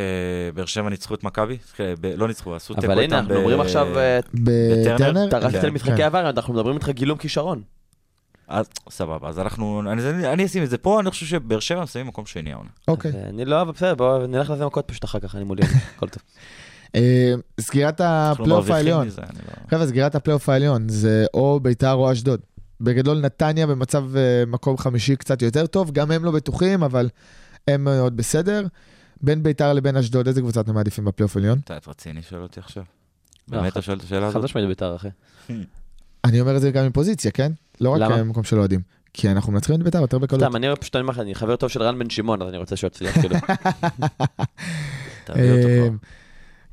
S4: באר שבע ניצחו את מכבי? אה, ב- לא ניצחו, עשו תיקו איתם.
S6: אבל הנה, אנחנו
S4: ב-
S6: מדברים עכשיו, אה,
S5: בטרנר?
S6: אתה רצת
S4: כן,
S6: למשחקי
S5: כן.
S6: עבר, אנחנו מדברים איתך גילום כישרון.
S4: אז אה, סבבה, אז אנחנו... אני- אני אני אשים את זה פה, אני חושב שבאר שבע מסיימים מקום שני העונה.
S5: אוקיי.
S6: אה, אני לא, אבל בסדר, בוא נלך לזה מכות פשוט אחר כך, אני מולי, הכל טוב.
S5: אה, סגירת
S4: אנחנו לא
S5: הפלייאוף
S4: מרוויחים
S5: העליון. כן.
S4: מזה, אני לא-
S5: חבר'ה, סגירת הפלייאוף העליון זה או ביתר או אשדוד. בגדול נתניה במצב אה, מקום חמישי קצת יותר טוב, גם הם לא בטוחים, אבל הם אה, עוד בסדר. בין ביתר לבין אשדוד, איזה קבוצה אתם מעדיפים בפלייאוף העליון?
S4: אתה את רציני שואל אותי עכשיו?
S6: אה,
S4: באמת אתה שואל את השאלה
S6: חד
S4: הזאת?
S6: משמעית בית"ר, אחי.
S5: אני אומר את זה גם מפוזיציה, כן? לא רק
S6: למה?
S5: אה, מקום של אוהדים. כי אנחנו מנצחים את ביתר יותר בקלות.
S6: סתם, אני פשוט אני אומר לך, אני חבר טוב של רן בן שמעון, אז אני רוצה שהוא יצליח, כאילו.
S4: תביא אותו
S5: אה,
S4: כבר.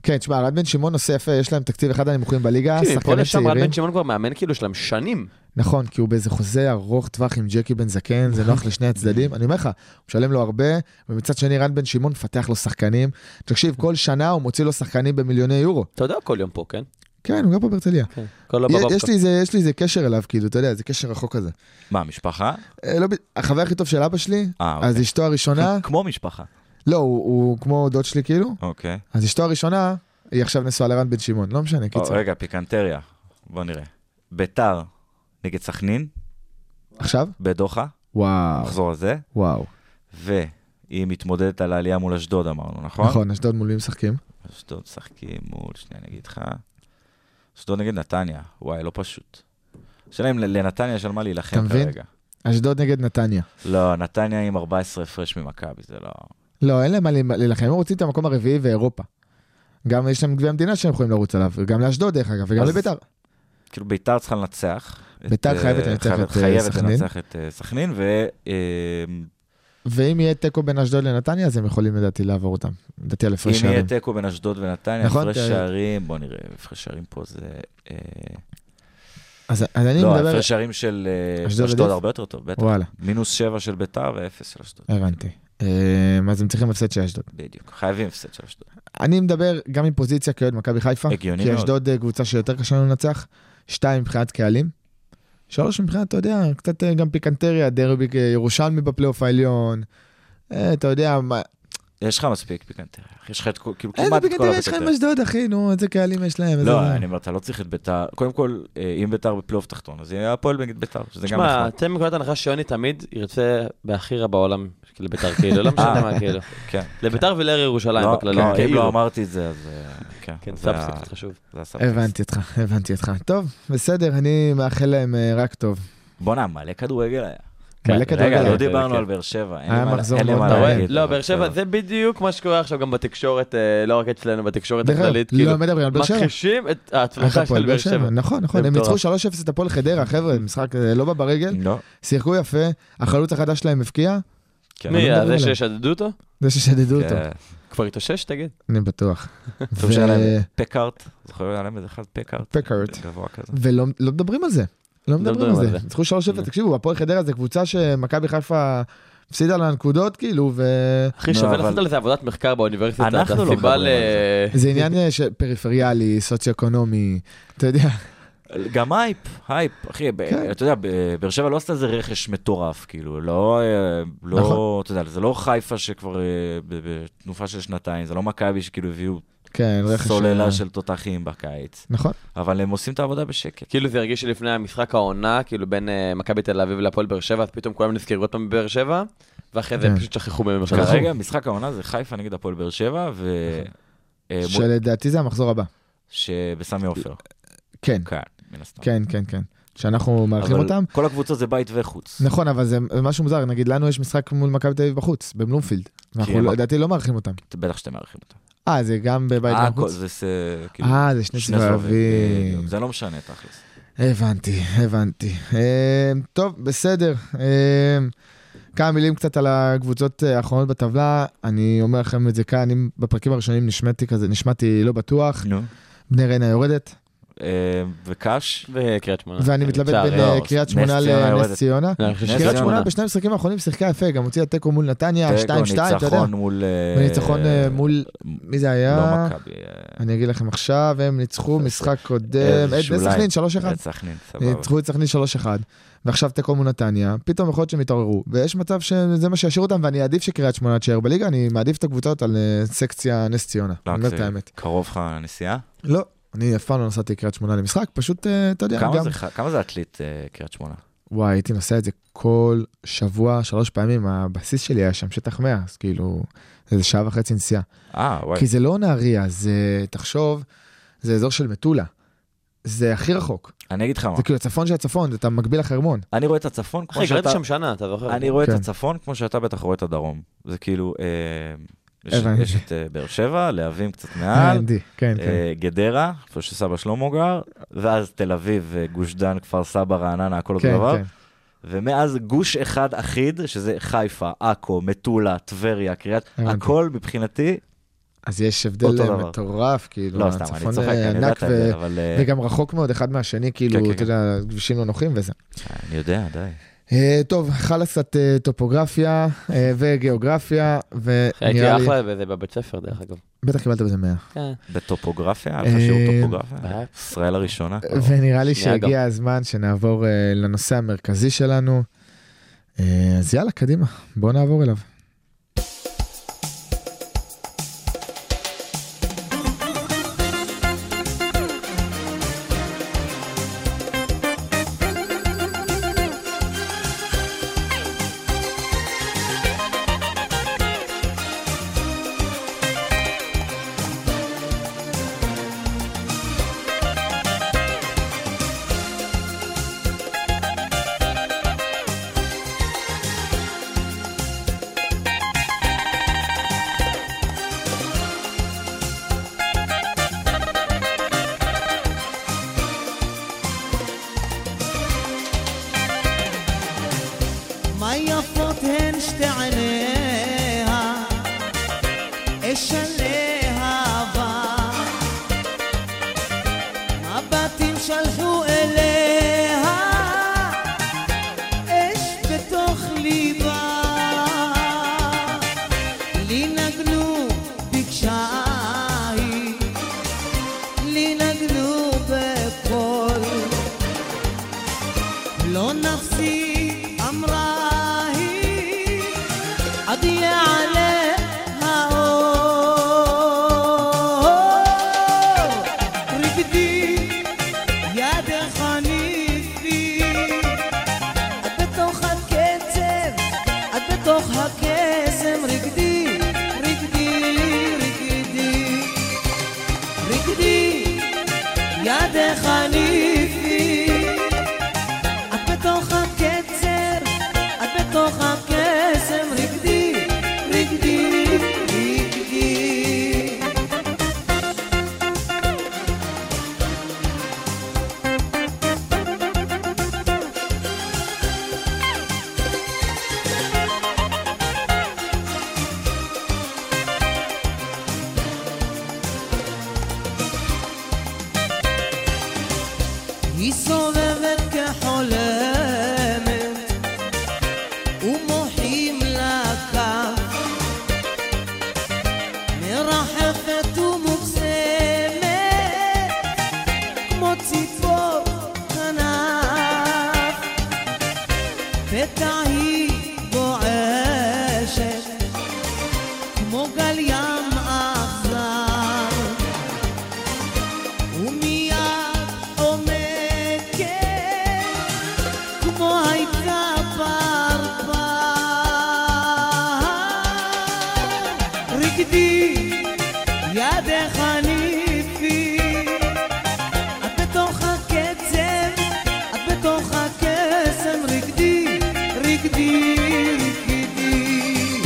S5: כן, תשמע, רן בן שמעון עושה יפה, יש להם תקציב אחד הנמוכים בליגה,
S6: כאילו, מפה
S5: שחקנים
S6: לשם רן
S5: צעירים.
S6: בן שמעון כבר מאמן כאילו שלהם שנים.
S5: נכון, כי הוא באיזה חוזה ארוך טווח עם ג'קי בן זקן, זה
S4: נכון.
S5: נוח לשני הצדדים. אני אומר לך, הוא משלם לו הרבה, ומצד שני רן בן שמעון מפתח לו שחקנים. תקשיב, כל שנה הוא מוציא לו שחקנים במיליוני יורו.
S6: אתה יודע כל יום פה, כן?
S5: כן, הוא גר פה בהרצליה.
S6: כן. כל הבא
S5: יש-
S6: בבא.
S5: יש לי איזה- יש לי איזה קשר אליו, כאילו, אתה יודע, זה קשר רחוק כזה.
S4: מה, משפחה?
S5: אה, לא ב- החבר הכי טוב של אבא שלי,
S4: אה,
S5: אז אשתו הראשונה,
S4: אוקיי. כמו משפחה.
S5: לא, הוא- הוא כמו דוד שלי כאילו,
S4: אוקיי.
S5: אז אשתו הראשונה, היא עכשיו נשואה לרן בן שמעון, לא משנה,
S4: או,
S5: קיצור.
S4: רגע, פיקנטריה. בוא נראה. ביתר נגד סכנין,
S5: עכשיו?
S4: בדוחה,
S5: וואו,
S4: המחזור הזה,
S5: וואו.
S4: והיא מתמודדת על העלייה מול אשדוד, אמרנו, נכון?
S5: נכון, אשדוד מול מי משחקים?
S4: אשדוד משחקים מול, שנייה, אני אגיד לך. אשדוד נגד נתניה, וואי, לא פשוט. השאלה אם לנתניה יש על מה
S5: אתה
S4: להילחם
S5: מבין?
S4: כרגע.
S5: אשדוד נגד נתניה.
S4: לא, נתניה עם 14 הפרש ממכבי, זה לא...
S5: לא, אין להם מה להילחם, הם רוצים את המקום הרביעי ואירופה. גם יש להם גביע המדינה שהם יכולים לרוץ עליו, וגם לאשדוד דרך אגב, וגם
S4: אז-
S5: לביתר.
S4: כאילו ביתר צריכה לנצח.
S5: ביתר
S4: אה,
S5: חייבת לנצח את, אה,
S4: חייבת
S5: סכנין.
S4: לנצח את אה, סכנין, ו... אה,
S5: ואם יהיה תיקו בין אשדוד לנתניה, אז הם יכולים לדעתי לעבור אותם. לדעתי על
S4: אם
S5: הפרש
S4: יהיה
S5: שערים.
S4: תיקו בין אשדוד ונתניה,
S5: נכון,
S4: הפרש
S5: אתה-
S4: שערים, בוא נראה, הפרש שערים פה זה... אה,
S5: אז אז אני
S4: לא,
S5: מדבר...
S4: ההפרש שערים של אה,
S5: אשדוד
S4: אשדוד
S5: עדיף?
S4: הרבה יותר טוב, בטח.
S5: וואלה,
S4: מינוס שבע של ביתר ואפס של אשדוד.
S5: הבנתי. אה, אז הם צריכים הפסד של אשדוד.
S4: בדיוק. חייבים הפסד של אשדוד.
S5: אני מדבר גם עם פוזיציה כאוהד מכבי חיפה.
S4: הגיוני
S5: כי
S4: מאוד.
S5: אשדוד אה, קבוצה שיותר קשה לנו לנצח. שתיים מבחינת קהלים. שלוש מבחינת, אתה יודע, קצת אה, גם פיקנטריה, דרבי אה, ירושלמי בפלייאוף העליון. אה, אתה יודע, מה-
S4: יש לך מספיק פיקנטריה. יש לך את כל, כאילו
S5: איזה
S4: כמעט את כל
S5: פיקנטריה יש לך עם
S4: הפיקנטריה.
S5: אשדוד, אחי, נו, איזה קהלים יש להם. איזה-
S4: לא, אני אומר, אתה לא צריך את ביתר. קודם כל, אה, אם ביתר בפלייאוף תחתון, אז יהיה הפועל נגד ביתר, שזה גם נכון.
S6: תשמע,
S4: נחמד.
S6: אתם מנקודת הנחה שיוני תמיד ירצה בהכי רע בעולם, כאילו ביתר, כאילו, לא משנה מה, כאילו.
S4: כן.
S6: לביתר ולאר ירושלים
S4: לא,
S6: בכללי,
S4: לא, אם
S6: כאילו.
S4: לא אמרתי את זה, אז אה, כן.
S6: כן,
S4: זה ה-
S6: סאבסט קצת חשוב.
S4: זה הסאבטקסט.
S5: הבנתי אותך, הבנתי אותך. טוב, בסדר, אני מאחל להם אה, רק טוב.
S4: בואנה, מלא כדורגל היה.
S5: מלא כדורגל
S4: רגע,
S5: היה.
S4: לא דיברנו
S6: כן.
S4: על באר שבע. אין
S5: היה
S4: לי מה-
S5: מחזור
S4: אין לי
S5: מאוד
S4: מה
S5: מעניין.
S4: להגיד
S5: אתה
S4: כן.
S5: רואה?
S6: לא,
S4: על
S6: באר שבע זה בדיוק מה שקורה עכשיו גם בתקשורת, אה, לא רק אצלנו, בתקשורת
S5: דרך אגב,
S6: הכללית, כאילו.
S5: לא מדברים על באר שבע.
S6: מכחישים את
S5: איך
S6: ההצלחה
S5: הפועל
S6: של באר שבע.
S5: נכון, נכון,
S6: זה
S5: הם
S6: מטורף.
S5: ניצחו 3-0 את הפועל חדרה, חבר'ה, משחק אה, לא בא ברגל,
S4: לא,
S5: שיחקו יפה, החלוץ החדש שלהם הבקיע,
S4: כן.
S6: מי,
S5: לא
S6: זה
S5: מדברים
S6: ששדדו אותו?
S5: זה ששדדו אותו.
S4: כן.
S6: כבר התאושש, תגיד.
S5: אני בטוח.
S4: טוב שהיה להם פקארט, זוכר היה להם איזה אחד פקארט?
S5: פקארט.
S4: גבוה כזה.
S5: ולא לא מדברים על זה. לא מדברים על זה.
S6: זה.
S5: ניצחו 3-0, תקשיבו, הפועל חדרה זה קבוצה שמכבי חיפה הפסידה לה נקודות, כאילו, וזה
S6: אחי,
S4: לא,
S6: שווה
S4: אבל-
S6: לעשות על זה עבודת מחקר באוניברסיטה.
S4: אנחנו
S6: את
S4: לא
S6: הסיבה
S4: מדברים על
S6: ל-
S5: עניין אה, ש- פריפריאלי, סוציו-אקונומי, אתה יודע.
S4: גם הייפ, הייפ, אחי, ב-
S5: כן.
S4: אתה יודע, ב- באר שבע לא עשתה איזה רכש מטורף, כאילו, לא, אה,
S5: נכון.
S4: לא, אתה יודע, זה לא חיפה שכבר אה, ב- בתנופה של שנתיים, זה לא מכבי שכאילו הביאו
S5: כן, רכש. אה,
S4: סוללה של תותחים בקיץ,
S5: נכון.
S4: אבל הם עושים את העבודה בשקט.
S6: כאילו זה הרגיש שלפני המשחק העונה, כאילו בין אה, מכבי תל אביב להפועל באר שבע, אז פתאום כולם נזכרו עוד פעם בבאר שבע, ואחרי זה
S5: כן.
S6: הם פשוט שכחו מהם עכשיו.
S4: כרגע משחק העונה זה חיפה נגד הפועל באר שבע, ו... אה, מול-
S5: שלדעתי זה המחזור הבא.
S4: שבסמי עופר,
S5: כן,
S4: כאן, מן הסתם.
S5: כן, כן, כן. שאנחנו מארחים
S4: אבל
S5: אותם.
S4: כל הקבוצות זה בית וחוץ.
S5: נכון, אבל זה משהו מוזר, נגיד לנו יש משחק מול מכבי תל אביב בחוץ, בבלומפילד. אנחנו
S4: כן.
S5: לא- לדעתי לא מארחים אותם.
S4: בטח שאתם מארחים אותם.
S5: אה, זה גם בבית
S4: אה,
S5: גם
S4: כל-
S5: בחוץ?
S4: זה ס- כאילו,
S5: אה, זה שני
S4: שני סבבים.
S5: סבבים.
S4: בדיוק. זה לא משנה, תכלס.
S5: הבנתי, הבנתי. אה, טוב, בסדר. אה, כמה מילים קצת על הקבוצות אה, האחרונות בטבלה. אני אומר לכם את זה כאן, אם בפרקים הראשונים נשמעתי כזה, נשמעתי לא בטוח,
S4: נו.
S5: בני ריינה יורדת,
S4: אה, וקאש,
S6: וקריית שמונה.
S5: ואני מתלבט
S6: לצערי.
S5: בין
S4: לא,
S5: אה, קריית
S4: נס
S5: שמונה
S4: ציונה
S5: לנס
S4: יורדת.
S5: ציונה.
S6: לא, אני חושב
S4: נס
S5: קריית
S4: ציונה.
S5: שמונה בשני המשחקים האחרונים שיחקה יפה, גם הוציאה תיקו מול נתניה, 2-2,
S4: תיקו,
S5: אתה יודע.
S4: ניצחון מול... אה,
S5: וניצחון אה, מול, מי זה היה?
S4: לא מכבי, אה,
S5: אני אגיד לכם עכשיו, הם ניצחו משחק קודם,
S4: אה,
S5: את
S4: שוליים.
S5: סכנין
S4: את
S5: 3-1.
S4: סכנין, סבבה.
S5: ניצחו את סכנין 3-1, ועכשיו תיקו מול נתניה, פתאום יכול להיות שהם יתעוררו, ויש מצב שזה מה שישאיר אותם, ואני אעדיף שקריית שמונה תישאר בליגה, אני מעדיף את הקבוצות על אה, סקציה נס ציונה,
S4: לא,
S5: אני אומר
S4: זה
S5: את האמת.
S4: קרוב לך לנסיעה?
S5: לא, אני אף פעם לא נסעתי קריית שמונה למשחק, פשוט, אה, אתה יודע,
S4: כמה
S5: גם...
S4: זה ח- כמה זה עתלית אה, קריית שמונה?
S5: וואי, הייתי נוסע את זה כל שבוע, שלוש פעמים, הבסיס שלי היה שם שטח 100, אז כאילו, איזה שעה וחצי נסיעה.
S4: אה, וואי.
S5: כי זה לא נהריה, זה, תחשוב, זה אזור של מטולה. זה הכי רחוק.
S4: אני אגיד לך מה,
S5: זה כאילו הצפון של הצפון, אתה מקביל לחרמון.
S4: אני רואה את הצפון כמו
S6: אחי, גרתי
S4: שאתה...
S6: שם שנה, אתה זוכר?
S4: אני רואה את
S5: כן.
S4: הצפון כמו שאתה בטח רואה את הדרום. זה כאילו... אה, יש-
S5: הבנתי.
S4: יש את אה, באר שבע, להבים קצת מעל,
S5: אנדי, כן, כן.
S4: אה, גדרה, איפה שסבא שלמה גר, ואז תל אביב, אה, גוש דן, כפר סבא, רעננה, הכל אותו
S5: כן,
S4: דבר.
S5: כן.
S4: ומאז גוש אחד אחיד, שזה חיפה, עכו, מטולה, טבריה, קריית,
S5: הבנתי.
S4: הכל מבחינתי,
S5: אז יש הבדל
S4: אותו דבר.
S5: מטורף, כאילו,
S4: לא סתם, אני צוחק,
S5: אה,
S4: אני יודע
S5: ענק
S4: את ההבדל,
S5: ו-
S4: אבל... אה,
S5: וגם רחוק מאוד אחד מהשני,
S4: כן,
S5: כאילו,
S4: כן,
S5: אתה יודע, כבישים לא נוחים וזה.
S4: אני יודע, די.
S5: אה, טוב, חלאס קצת אה, טופוגרפיה אה, וגיאוגרפיה, ונראה
S6: הייתי
S5: לי,
S6: אחלה בזה בבית ספר, דרך אגב.
S5: בטח קיבלת בזה 100.
S6: כן.
S4: בטופוגרפיה? היה
S5: אה,
S4: לך שיעור טופוגרפיה?
S6: אה.
S4: ישראל הראשונה? לא,
S5: ונראה לי
S6: שנייה,
S5: שהגיע הזמן שנעבור אה, לנושא המרכזי שלנו. אה, אז יאללה, קדימה, בואו נעבור אליו.
S7: אשנה אהבה. מבטים שלחו אליה אש בתוך ליבה. לי נגנו ביקשה היא, לי נגנו בקול. לא נפסיק, אמרה היא, עד יעלה האור. רקדי, ידך ניפי, את בתוך הקצב, את בתוך הקסם, רקדי, רקדי, רקדי, רקדי, ידך ניפי. את בתוך הקצר, את בתוך הקסם, רקדי, רקדי, רקדי. היא סובבת כחולמת ומוחים לה כף מרחפת ומוגזמת כמו ציפור כנף פתע היא גועשת כמו גל ים אכזר ומיד עומקת כמו הייתה פרפר. רקדי, ידך ניפי, את בתוך הקצב, את בתוך הקסם, רקדי, רקדי, רקדי.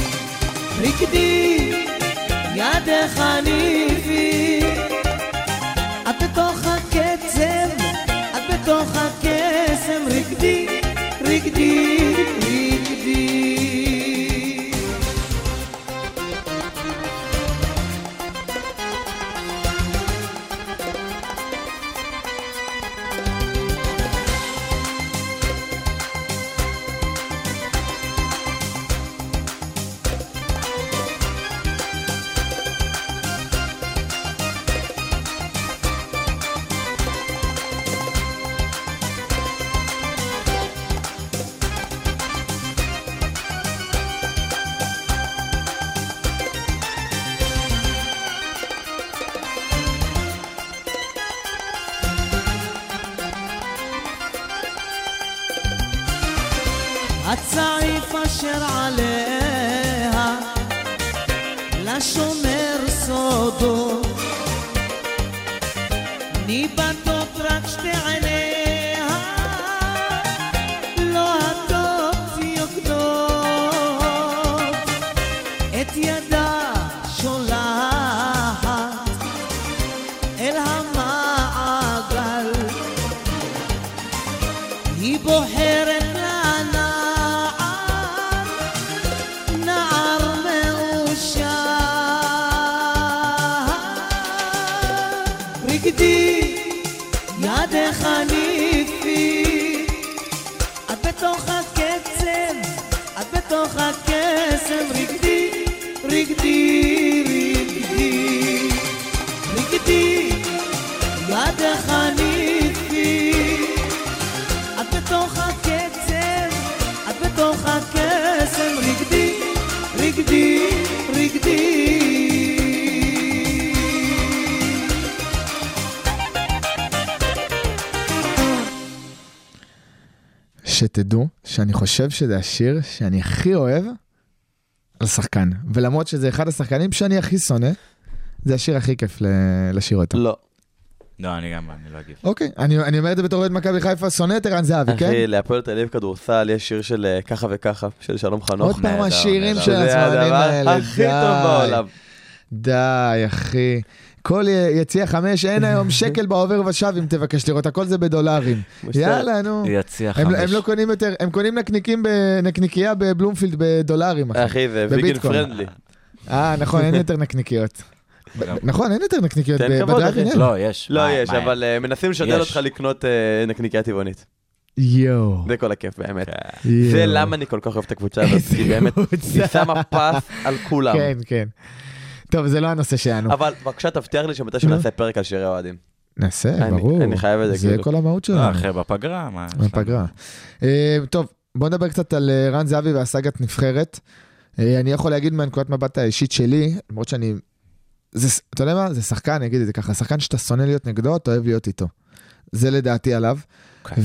S7: רקדי, ידך ניפי, את בתוך הקצב, את בתוך הקסם, רקדי, רקדי, רקדי. הצעיף אשר עליה לשומר סודו ניבטות רק שתי עיניה לא הטוב יוקדות את ידה שולחת אל המעגל היא בוחרת לנער, נער מאושר. רקדי, ידך ניפי, את בתוך הקצב, את בתוך הקסם, רקדי, רקדי, רקדי. רקדי, ידך ניפי, את בתוך הקצב, את בתוך הקסם, רגדי, רגדי, רגדי.
S5: שתדעו שאני חושב שזה השיר שאני הכי אוהב על שחקן. ולמרות שזה אחד השחקנים שאני הכי שונא, זה השיר הכי כיף ל- לשיר אותו.
S6: לא.
S4: לא, אני גם, אני לא אגיב.
S5: אוקיי, אני, אני אומר את זה בתור אוהד מכבי חיפה, שונא את ערן זהבי, כן?
S6: אחי, להפועל תל אביב כדורסל יש שיר של אה, ככה וככה, של שלום
S5: עוד
S6: חנוך.
S5: פעם
S4: נהדר,
S5: השירים
S4: נהדר.
S5: של
S6: זה
S5: הזמנים
S6: הדבר
S5: האלה,
S6: הכי טוב בעולם.
S5: די, אחי. כל י- יציע חמש, אין היום שקל בעובר ושב אם תבקש לראות, הכל זה בדולרים.
S6: מושלם.
S5: יאללה, נו.
S4: יציע
S5: הם,
S4: חמש.
S5: הם לא קונים יותר, הם קונים נקניקים, ב- נקניקייה בבלומפילד בדולרים, אחי.
S6: אחי, זה ויגן
S5: בביטקוין.
S6: פרנדלי.
S5: אה, נכון, אין יותר נקניקיות. נכון, אין יותר נקניקיות
S6: תן
S5: ב-
S6: כבוד,
S5: בדרייבין.
S6: אחי.
S5: אין.
S4: לא, יש.
S6: לא
S4: מה-
S6: יש,
S4: מה אין?
S6: אבל אה, מנסים לשדל
S4: יש.
S6: אותך לקנות אה, נקניקיה טבעונית.
S5: יואו.
S6: זה כל הכיף באמת.
S4: כן.
S5: יואו.
S6: זה למה אני כל כך אוהב את הקבוצה הזאת,
S5: איזה
S6: כי באמת,
S5: קבוצה.
S6: היא שמה פס על כולם.
S5: כן, כן. טוב, זה לא הנושא שלנו.
S6: לא. אבל בבקשה תבטיח לי שמתי
S5: נו.
S6: שנעשה פרק על שירי אוהדים.
S5: נעשה,
S6: אני-
S5: ברור.
S6: אני חייב את זה,
S5: זה
S6: כאילו.
S5: כל המהות
S4: לא,
S5: שלנו.
S4: אחרי בפגרה, מה?
S5: בפגרה. אה, טוב, בוא נדבר קצת על אה, רן זהבי והסאגת נבחרת. אה, אני יכול להגיד מהנקודת מבט האישית שלי, למרות שאני... זה, ש- אתה יודע מה? זה שחקן, אני אגיד את זה ככה, שחקן שאתה שונא להיות נגדו, אתה אוהב להיות איתו. זה לדעתי עליו. Okay.
S4: אוקיי.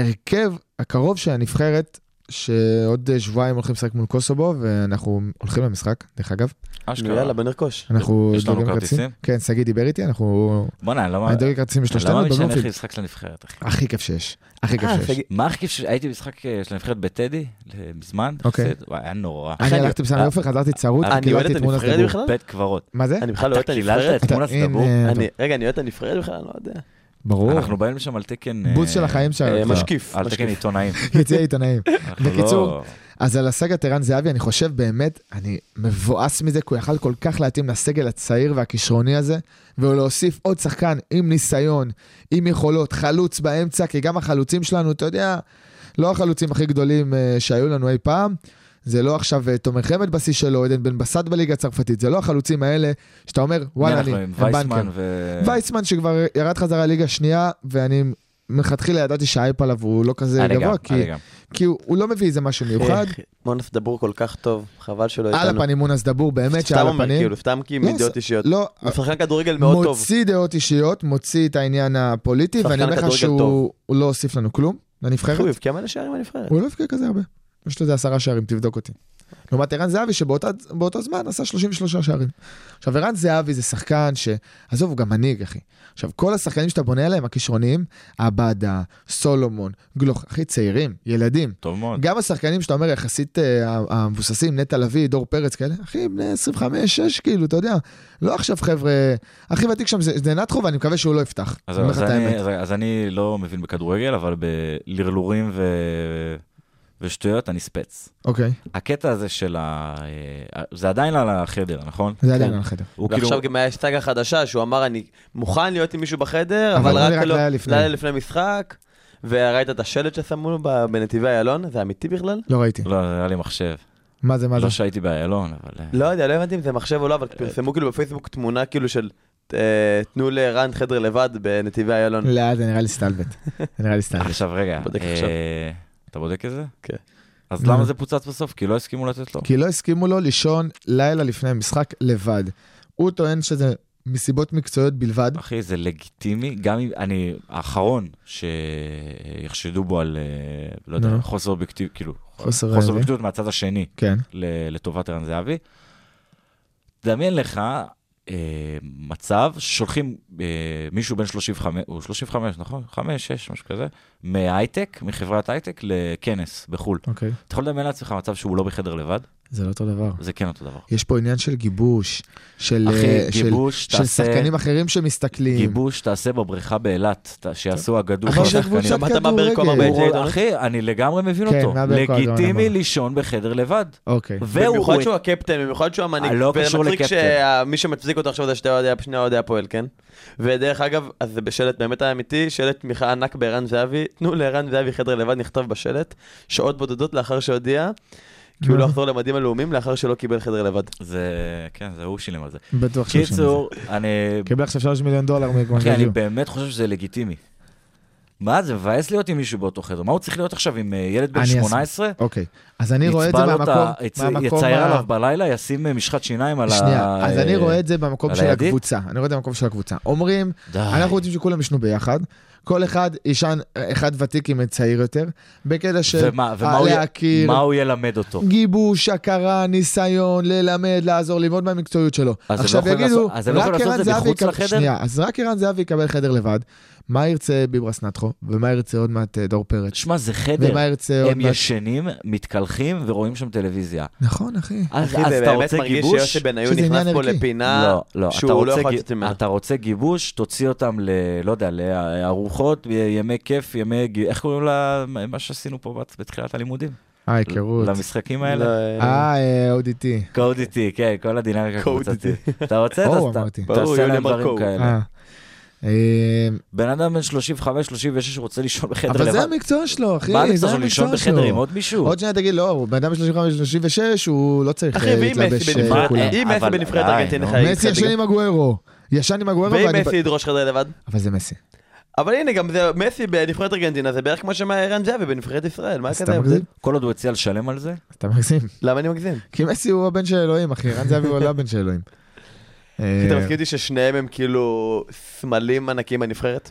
S5: ובהרכב הקרוב של הנבחרת, שעוד אה, שבועיים הולכים לשחק מול קוסובו, ואנחנו הולכים למשחק, דרך אגב.
S6: נו,
S4: אשכרה.
S6: יאללה, בוא נרכוש.
S5: אנחנו...
S4: יש לנו
S5: דואגים
S4: כרטיסים?
S5: כן, שגיא דיבר איתי, אנחנו...
S4: בוא'נה, אני לא
S5: אני
S4: מאמין.
S5: דואג כרטיסים
S4: אני לא
S5: לשלושתנו,
S4: מאמין שאני הולך
S5: בבלומפילד.
S4: למשחק של הנבחרת, אחי.
S5: הכי כיף שיש, הכי כיף
S6: אה,
S5: שיש.
S6: שגיא-
S4: מה הכי כיף ש... הייתי במשחק אה, של הנבחרת בטדי, אה, מזמן,
S5: אוקיי.
S4: חסיד, וואי, היה נורא.
S5: אני
S6: אחי, אני-
S5: הלכתי בסמי
S6: אה,
S5: עופר, חזרתי צרוד,
S6: אני אוהד
S5: קיללתי
S6: את
S5: את תמונת
S6: הנבחרת
S5: הבור.
S6: בכלל?
S4: בית קברות.
S5: מה זה?
S6: אני בכלל לא אוהב את
S4: אתה קיללת
S6: הנבחרת.
S4: את
S5: אתה-
S4: תמונת
S5: הנה,
S4: הדבור?
S5: טוב,
S6: אני- רגע, אני אוהב את הנבחרת בכלל? אני לא יודע.
S5: ברור.
S4: אנחנו באים לשם על תקן... אה,
S5: בוץ של החיים שלנו.
S6: אה,
S5: כבר.
S6: משקיף.
S4: על תקן
S6: משקיף.
S4: עיתונאים.
S5: יציע עיתונאים.
S4: אנחנו לא-
S5: בקיצור, אז על הסגת ערן זהבי, אני חושב באמת, אני מבואס מזה, כי הוא יכל כל כך להתאים לסגל הצעיר והכישרוני הזה, ולהוסיף עוד שחקן עם ניסיון, עם יכולות, חלוץ באמצע, כי גם החלוצים שלנו, אתה יודע, לא החלוצים הכי גדולים אה, שהיו לנו אי פעם. זה לא עכשיו אה, תומר חמד בשיא שלו, עדן בן בסט בליגה הצרפתית, זה לא החלוצים האלה שאתה אומר,
S4: מי
S5: וואלה, אני,
S4: אנחנו
S5: הם
S4: עם
S5: בנקר."
S4: וייסמן ו...
S5: וייסמן שכבר ירד חזרה ליגה שנייה, ואני מלכתחילה ידעתי שהאייפ עליו הוא לא כזה
S4: אה, אני גם,
S5: גבוה, כי,
S4: אני גם.
S5: כי הוא, הוא לא מביא איזה משהו מיוחד.
S6: איך, מונס אה, דבור כל כך טוב, חבל שלא
S5: על
S6: איתנו.
S5: הפנים מונס דבור, באמת
S6: אה, סתם
S5: שעל
S6: אומר,
S5: הפנים.
S6: כאילו, סתם כי עם
S5: לא,
S6: ידיעות
S5: ס-
S6: אישיות.
S5: לא,
S6: הוא שחקן כדורגל מאוד טוב.
S5: מוציא דעות אישיות, מוציא את העניין הפוליטי,
S6: שחקן
S5: ואני אומר לך
S6: כדורגל
S5: שהוא
S6: טוב.
S5: הוא לא הוסיף לנו כלום,
S6: איך הוא
S5: לנבחרת.
S6: הבקיע מלא שערים בנבחרת?
S5: הוא לא הבקיע כזה הרבה. יש לו איזה עשרה שערים, תבדוק אותי. לעומת ערן זהבי, שבאותו זמן עשה 33 שערים. עכשיו, ערן זהבי זה שחקן ש... עזוב, הוא גם מנהיג, אחי. עכשיו, כל השחקנים שאתה בונה עליהם, הכישרוניים, עבדה, סולומון, גלוך, אחי, צעירים, ילדים.
S4: טוב מאוד.
S5: גם השחקנים שאתה אומר, יחסית אה, המבוססים, נטע לביא, דור פרץ כאלה, אחי, בני 25-6, כאילו, אתה יודע. לא עכשיו, חבר'ה... הכי ותיק שם זה זה נתחו, ואני מקווה שהוא לא יפתח.
S4: אז
S5: אני אומר
S4: אז
S5: לך את
S4: אני-
S5: האמת.
S4: אז- אז אני לא מבין בכדורגל, אבל בלרלורים ו- ושטויות אני ספץ.
S5: אוקיי,
S4: הקטע הזה של ה... אה, זה עדיין על החדר, נכון?
S5: זה עדיין על החדר.
S4: הוא כאילו...
S6: ועכשיו גם היה סטאגה חדשה שהוא אמר אני מוכן להיות עם מישהו בחדר
S5: אבל
S6: אבל
S5: הוא
S6: רק
S5: רק
S6: לא
S5: לילה לפני.
S6: לילה לפני משחק. וראית את השלט ששמו ב- בנתיבי איילון זה אמיתי בכלל?
S5: לא ראיתי.
S4: לא, זה היה לי מחשב.
S5: מה זה, מה זה?
S4: לא שהייתי באיילון, אבל... אה,
S6: לא יודע לא הבנתי אם זה מחשב או לא אבל פרסמו כאילו בפייסבוק תמונה כאילו של אה, תנו לרן חדר לבד בנתיבי איילון.
S5: לא, זה נראה לי סטלבט. זה נראה לי סטלבט.
S4: נכון. עכשיו רגע,
S6: לא, בודק
S4: אה,
S6: עכשיו.
S4: אתה בודק את זה?
S6: כן.
S4: אז
S5: לא.
S4: למה זה פוצץ בסוף? כי לא הסכימו לתת לו.
S5: כי לא הסכימו לו לישון לילה לפני המשחק לבד. הוא טוען שזה מסיבות מקצועיות בלבד.
S4: אחי, זה לגיטימי, גם אם אני האחרון שיחשדו בו על, אה, לא יודע,
S5: נו.
S4: חוסר אובייקטיביות, כאילו,
S5: חוסר
S4: חוסר
S5: אה,
S4: אובייקטיביות מהצד השני
S5: כן.
S4: ל- לטובת ערן זהבי. תדמיין לך אה, מצב, שולחים אה, מישהו בן 35, הוא 35, נכון? 5, 6, משהו כזה, מהייטק, מחברת הייטק, לכנס בחו"ל.
S5: אוקיי.
S4: אתה יכול לדמיין לעצמך מצב שהוא לא בחדר לבד?
S5: זה לא אותו דבר.
S4: זה כן אותו דבר.
S5: יש פה עניין של גיבוש, של אה,
S4: אחי,
S5: של-
S4: גיבוש,
S5: של
S4: תעשה...
S5: שחקנים אחרים שמסתכלים.
S4: גיבוש תעשה בבריכה באילת, ת- שיעשו אגדו.
S5: אחי,
S4: כל
S5: של
S4: השחקנים.
S5: קבוצת
S6: שמעת מה ברקו
S5: כדורגל.
S6: אמר
S4: אה,
S6: בעת
S4: הוא רואה-
S6: לידון?
S4: אחי, אני לגמרי מבין
S5: כן,
S4: אותו.
S5: מה ברקו אדון
S4: לגיטימי
S5: אמר.
S4: לישון בחדר לבד.
S5: אוקיי.
S4: והוא...
S6: במיוחד שהוא הקפטן, במיוחד שהוא המנהיג,
S4: אה, לא
S6: וזה
S4: קשור
S6: מצחיק
S4: לקפטן.
S6: שמי שמצדיק אותו עכשיו זה שתי אוהדי, שני אוהדי הפועל, כן? ודרך אגב, אז זה בשלט באמת האמיתי, שלט תמיכה ענק בערן זהבי, תנו לערן זהבי חדר לבד, נכתב בשלט, שעות בודדות לאחר שהודיע, כי הוא לא יחזור למדים הלאומיים לאחר שלא קיבל חדר לבד.
S4: זה... כן, זה הוא שילם על זה.
S5: בטוח שיש שם את
S4: קיצור, אני...
S5: זה. כן, קיבל עכשיו 3 מיליון דולר
S4: אחי, אני
S5: מגוונגז'ו.
S4: באמת חושב שזה לגיטימי. מה, זה מבאס להיות עם מישהו באותו חדר. מה הוא צריך להיות עכשיו עם אה, ילד בן
S5: אני אסביר.
S4: 18?
S5: אוקיי. אז אני רואה את זה
S4: יצבע לו את ה-
S5: מהמקום...
S4: יצ-
S5: מהמקום
S4: יצייר
S5: ה-
S4: עליו בלילה, ישים אה, משחת שיניים על ה...
S5: שנייה, אז אני
S4: אה,
S5: רואה את זה במקום
S4: על
S5: של
S4: הידית?
S5: הקבוצה. אני רואה את זה במקום של הקבוצה. אומרים,
S4: די.
S5: אנחנו רוצים שכולם ישנו ביחד. כל אחד ישן, אחד ותיק עם צעיר יותר, בקטע של
S4: ומה- ומה הוא י-
S5: להכיר,
S4: מה הוא ילמד אותו?
S5: גיבוש, הכרה, ניסיון, ללמד, לעזור, ללמוד מהמקצועיות שלו.
S4: אז הם
S5: עכשיו
S4: לא יכולים
S5: יגידו,
S4: לעשות- אז הם לא
S5: רק
S4: יכולים לעשות
S5: ערן
S4: את זה
S5: זהבי
S4: מחוץ
S5: יקבל-
S4: לחדר?
S5: שנייה, אז רק ערן זהבי יקבל חדר לבד. מה ירצה ביברס נטחו, ומה ירצה עוד מעט אה, דור פרץ,
S4: שמע, זה חדר.
S5: ומה ירצה עוד
S4: הם
S5: מעט...
S4: ישנים, מתקלחים ורואים שם טלוויזיה.
S5: נכון, אחי.
S4: אז
S6: אחי,
S4: אז
S6: זה
S4: אתה
S6: באמת
S4: רוצה
S6: מרגיש
S4: גיבוש?
S6: שיוסי בניון
S5: שזה
S6: נכנס
S5: עניין
S6: פה
S5: ערכי.
S6: לפינה
S4: לא, לא, אתה
S6: שהוא לא
S4: רוצה,
S6: יכול
S4: גי-
S6: לצאת ממנה.
S4: אתה רוצה גיבוש, תוציא אותם ל... לא יודע, לארוחות, ימי כיף, ימי... ג- איך קוראים לה... מה שעשינו פה בת- בתחילת הלימודים?
S5: אה, היכרות.
S4: למשחקים
S6: לא,
S4: האלה.
S5: אה, אה, ODT.
S4: קוד איתי, כן, כל הדינמיקה
S6: Code
S4: הקבוצתית. אתה רוצה,
S5: או,
S4: אז אתה-
S5: אמרתי.
S4: אתה
S6: ברור,
S4: עושה
S6: יוני
S4: להם
S6: אמר
S4: דברים
S6: code.
S4: כאלה.
S5: אה. אה,
S4: בן אדם בן 35-36 רוצה לישון בחדר
S5: אבל
S4: לבד.
S5: זה המקצוע שלו, אחי,
S4: מה
S5: זה
S4: המקצוע שלו? לישון
S5: המקצוע
S4: בחדר עם
S5: שלו.
S4: עוד מישהו?
S5: עוד שנייה תגיד, לא, הוא בן אדם 35-36, הוא לא צריך
S6: אחי,
S5: אה,
S6: ואם
S5: להתלבש
S6: מסי אה,
S5: אה,
S4: בנפרד?
S5: כולם.
S6: בנבחרת- אם מסי
S4: אבל
S6: בנבחרת
S4: עדיין,
S6: ארגנטינה
S4: נו.
S6: חי-
S5: מסי
S6: חי-
S5: ישן עם הגוארו. ישן עם הגוארו,
S6: ואם
S5: ואני-
S6: מסי ידרוש חדר לבד?
S5: אבל זה מסי.
S6: אבל הנה, גם זה, מסי בנבחרת ארגנטינה זה בערך כמו שערן זהבי בנבחרת ישראל, מה
S5: אז
S6: כזה?
S5: אתה מגזים? אה.
S4: כל עוד הוא הציע לשלם על זה?
S5: אתה מגזים.
S6: למה אני מגזים? כי
S5: כי מסי הוא הבן של אלוהים, אחי, רן זהבי הוא לא הבן של אלוהים.
S6: אתה
S5: אה,
S6: מסכים איתי ששניהם הם כאילו סמלים ענקים בנבחרת?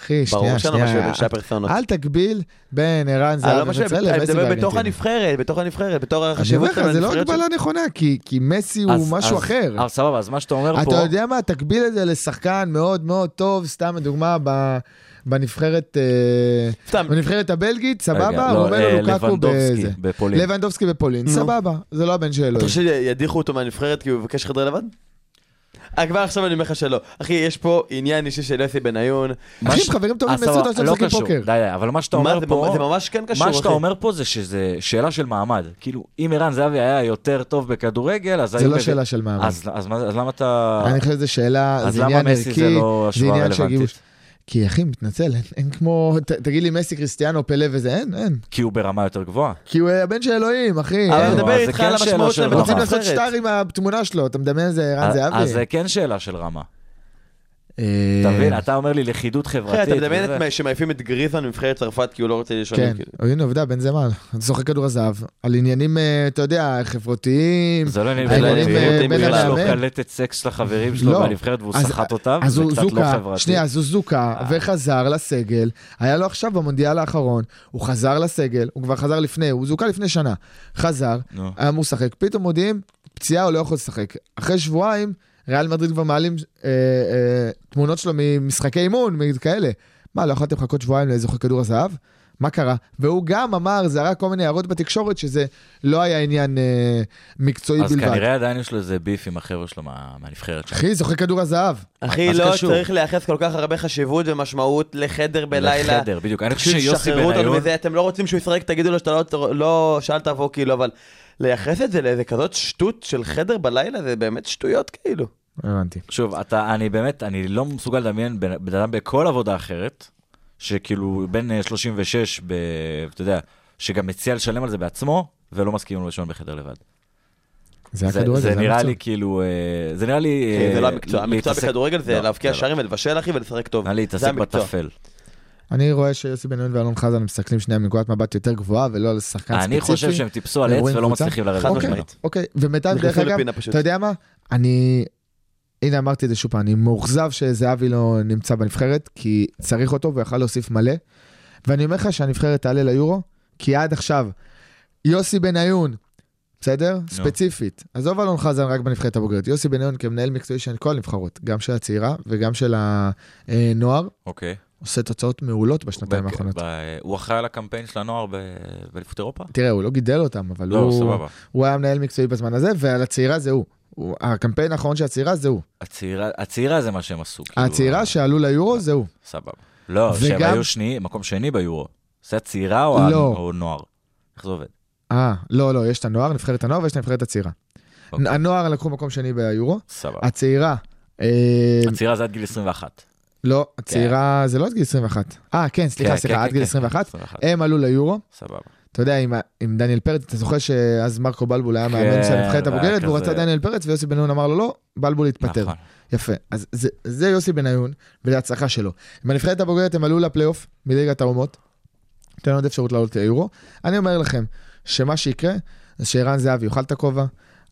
S5: אחי,
S6: ברור
S5: שנייה,
S6: שאני לא משווה
S5: שנייה.
S6: בין שתי הפרסונות.
S5: אל תגביל בין ערן
S6: אני לא
S5: זהבי
S6: משווה,
S5: ובצלם
S6: אני
S5: למסי
S6: מדבר בתוך
S5: וארגנטינה.
S6: הנבחרת, בתוך הנבחרת, בתור
S5: אני אומר
S6: החשיבות
S5: לך, זה לא
S6: הנבחרת
S5: הגבלה נכונה, כי כי מסי הוא
S4: אז-
S5: משהו
S4: אז-
S5: אחר.
S4: אז סבבה, אז מה שאתה אומר
S5: אתה
S4: פה...
S5: יודע מה, תגביל את זה לשחקן מאוד מאוד טוב, סתם לדוגמה, ב- בנבחרת אה,
S6: של- סתם,
S5: בנבחרת הבלגית, סבבה,
S4: רגע, לא,
S5: רומנו
S4: אה,
S5: לוקקו
S4: לבנדובסקי
S5: בזה.
S4: בפולין.
S5: לבנדובסקי בפולין, סבבה, זה לא הבן של
S6: אתה
S5: אלוהים.
S6: חושב שידיחו אותו מהנבחרת כי הוא מבקש חדר לבד? אה, כבר עכשיו אני אומר לך שלא. אחי, יש פה עניין אישי של יוסי בניון.
S4: מה
S5: אחי,
S4: ש-
S5: הם חברים טובים,
S4: אז סבבה,
S5: מסוד עושה
S4: לא
S5: משחקי
S4: קשור.
S5: פוקר.
S4: די, די, אבל מה שאתה
S6: מה
S4: אומר
S6: זה
S4: פה...
S6: זה ממש כן קשור,
S4: מה
S6: אחי.
S4: שאתה אומר פה זה שזה שאלה של מעמד. כאילו, אם ערן זהבי היה יותר טוב בכדורגל, אז...
S5: זה
S4: היו
S5: לא
S4: מבין-
S5: שאלה של מעמד.
S4: אז אז מה- אז למה אתה...
S5: אני חושב שזו שאלה,
S4: אז
S5: זה
S4: למה
S5: עניין
S4: מסי זה
S5: ערכי,
S4: לא
S5: זה
S4: השוואה
S5: עניין של
S4: רלוונטית?
S5: גיבוש. כי אחי, מתנצל, אין- אין כמו, ת- תגיד לי מסי, קריסטיאנו, פלא וזה, אין, אין.
S4: כי הוא ברמה יותר גבוהה.
S5: כי הוא הבן של אלוהים, אחי.
S6: אבל
S5: אין.
S6: אני מדבר
S4: אז זה
S6: איתך
S4: כן
S6: על
S4: שאלה
S6: המשמעות
S4: של
S6: של
S4: רמה.
S5: רוצים לעשות
S6: הנבחרת.
S5: שטר עם התמונה שלו, אתה מדמיין איזה ערן
S4: אז- אז
S5: זהבי.
S4: זה כן שאלה של רמה.
S5: אה,
S4: אתה מבין? אתה אומר לי לכידות חברתית.
S6: אחי, אתה מדמיין
S4: וזה.
S6: את מה- שמעיפים את גריזמן ממבחרת צרפת כי הוא לא רוצה לישון.
S5: כן,
S6: כאילו.
S5: הנה עובדה, בן זמל, זוכר כדור הזהב, על עניינים, אה, אתה יודע, חברתיים.
S4: זה לא עניין
S5: העניינים,
S4: חברתי,
S5: אה,
S4: הוא
S5: בין
S4: יש לו
S5: המאמן.
S4: קלטת סקס לחברים שלו
S5: לא.
S4: בנבחרת והוא
S5: אז-
S4: סחט אותה,
S5: אז
S4: זה
S5: הוא
S4: קצת לא
S5: זוקה,
S4: חברתי. אה.
S5: שנייה, אז הוא זוכה וחזר לסגל, היה לו עכשיו במונדיאל האחרון, הוא חזר לסגל, הוא כבר חזר לפני, הוא זוכה לפני שנה, חזר,
S4: נו.
S5: היה אמור לשחק, פתאום מודיעים, פציעה הוא לא יכול לשחק. אחרי שבועיים, ריאל מדריד כבר מעלים אה, אה, תמונות שלו ממשחקי אימון, כאלה. מה, לא יכולתם לחכות שבועיים לאיזה חוק כדור הזהב? מה קרה? והוא גם אמר, זרק כל מיני הערות בתקשורת, שזה לא היה עניין אה, מקצועי
S4: אז
S5: בלבד.
S4: כנראה עדיין יש לו איזה ביף עם החבר'ה שלו מה- מהנבחרת שם.
S5: אחי, זוכה כדור הזהב.
S6: אחי,
S4: מה זה
S6: לא
S4: קשור?
S6: צריך לייחס כל כך הרבה חשיבות ומשמעות לחדר בלילה.
S4: לחדר, בדיוק. אני חושב שיוסי
S6: שחררו אותנו
S4: בניון,
S6: מזה, אתם לא רוצים שהוא ישחק, תגידו לו שאתה לא- לא שאל תבוא כאילו, אבל לייחס את זה לאיזה כזאת שטות של חדר בלילה, זה באמת שטויות כאילו.
S4: אה,
S5: לא הבנתי.
S4: שוב, אתה, אני באמת, אני לא מסוגל לדמיין בן בן אדם בכל עבודה אחרת, שכאילו בן אה, 36, ב, אתה יודע, שגם מציע לשלם על זה בעצמו, ולא מסכים לו לישון בחדר לבד.
S5: זה היה
S4: זה,
S5: כדורגל,
S4: זה נראה
S5: המצב.
S4: לי כאילו, אה, זה נראה לי...
S6: כי זה לא
S4: אה,
S6: המקצוע, המקצוע
S4: להתעסק-
S6: בכדורגל
S4: לא,
S6: זה להבקיע
S4: זה לא.
S6: שערים ולבשל אחי ולשחק טוב.
S4: נראה לי
S6: זה
S4: להתעסק
S6: המקצוע.
S4: בטפל.
S5: אני רואה שיוסי בן-און ואלון חזן מסתכלים שנייה מנקודת מבט יותר גבוהה ולא על שחקן ספציפי.
S4: אני חושב שהם טיפסו על
S5: הם
S4: עץ
S5: רואים
S4: ולא
S5: כן, קבוצה?
S4: מצליחים לרדת
S6: חד
S4: ממנו.
S5: אוקיי, אוקיי, ומיטב, דרך
S6: נכנסו
S5: אגב,
S6: לפינה פשוט.
S5: אתה יודע מה? אני... הנה אמרתי את זה שוב פעם, אני מאוכזב שזהבי לא נמצא בנבחרת, כי צריך אותו והוא יכל להוסיף מלא. ואני אומר לך שהנבחרת תעלה ליורו, כי עד עכשיו, יוסי בניון, בסדר? ספציפית. עזוב אלון חזן רק בנבחרת הבוגרת. יוסי בניון כמנהל מקצועי של כל הנבחרות, גם של הצעירה וגם של הנוער,
S4: אוקיי.
S5: עושה תוצאות מעולות בשנתיים
S4: ב-
S5: האחרונות.
S4: ב- הוא אחראי על הקמפיין של הנוער ב- באליפות אירופה?
S5: תראה, הוא לא גידל אותם, אבל
S4: לא,
S5: הוא,
S4: סבבה.
S5: הוא היה מנהל מקצועי בזמן הזה, ועל הצעירה זה הוא. הוא. הקמפיין האחרון של הצעירה זה הוא.
S4: הצעירה- הצעירה זה מה שהם עשו. כאילו,
S5: הצעירה
S4: אה,
S5: שעלו ליורו זה הוא.
S4: סבבה. לא, שהם
S5: וגם-
S4: היו שני, מקום שני ביורו. זה הצעירה או ה-
S5: לא.
S4: או נוער? איך זה עובד?
S5: אה, לא, לא, יש את הנוער, נבחרת הנוער ויש את הנבחרת הצעירה.
S4: אוקיי.
S5: הנוער לקחו מקום שני ביורו,
S4: סבבה.
S5: הצעירה, אה,
S4: הצעירה זה עד גיל 21.
S5: לא, הצעירה זה לא עד גיל 21. אה, כן, סליחה,
S4: כן,
S5: סליחה,
S4: כן,
S5: עד
S4: כן,
S5: גיל אה,
S4: כן.
S5: 21. הם עלו ליורו,
S4: סבבה.
S5: אתה יודע, עם ה- עם דניאל פרץ, אתה זוכר שאז מרקו בלבול היה מאמן של הנבחרת
S4: והיה
S5: הבוגרת, והוא
S4: כן, כזה.
S5: רצה דניאל פרץ, ויוסי בן נון אמר לו לא, בלבול התפטר.
S4: נכון.
S5: יפה, אז זה, זה יוסי בניון, ולהצלחה שלו. בנבחרת הבוגרת הם עלו לפלייאוף מליגת האומות, נותן עוד אפשרות לעלות ליורו. אני אומר לכם, שמה שיקרה, זה שערן זהבי יאכל את הכובע,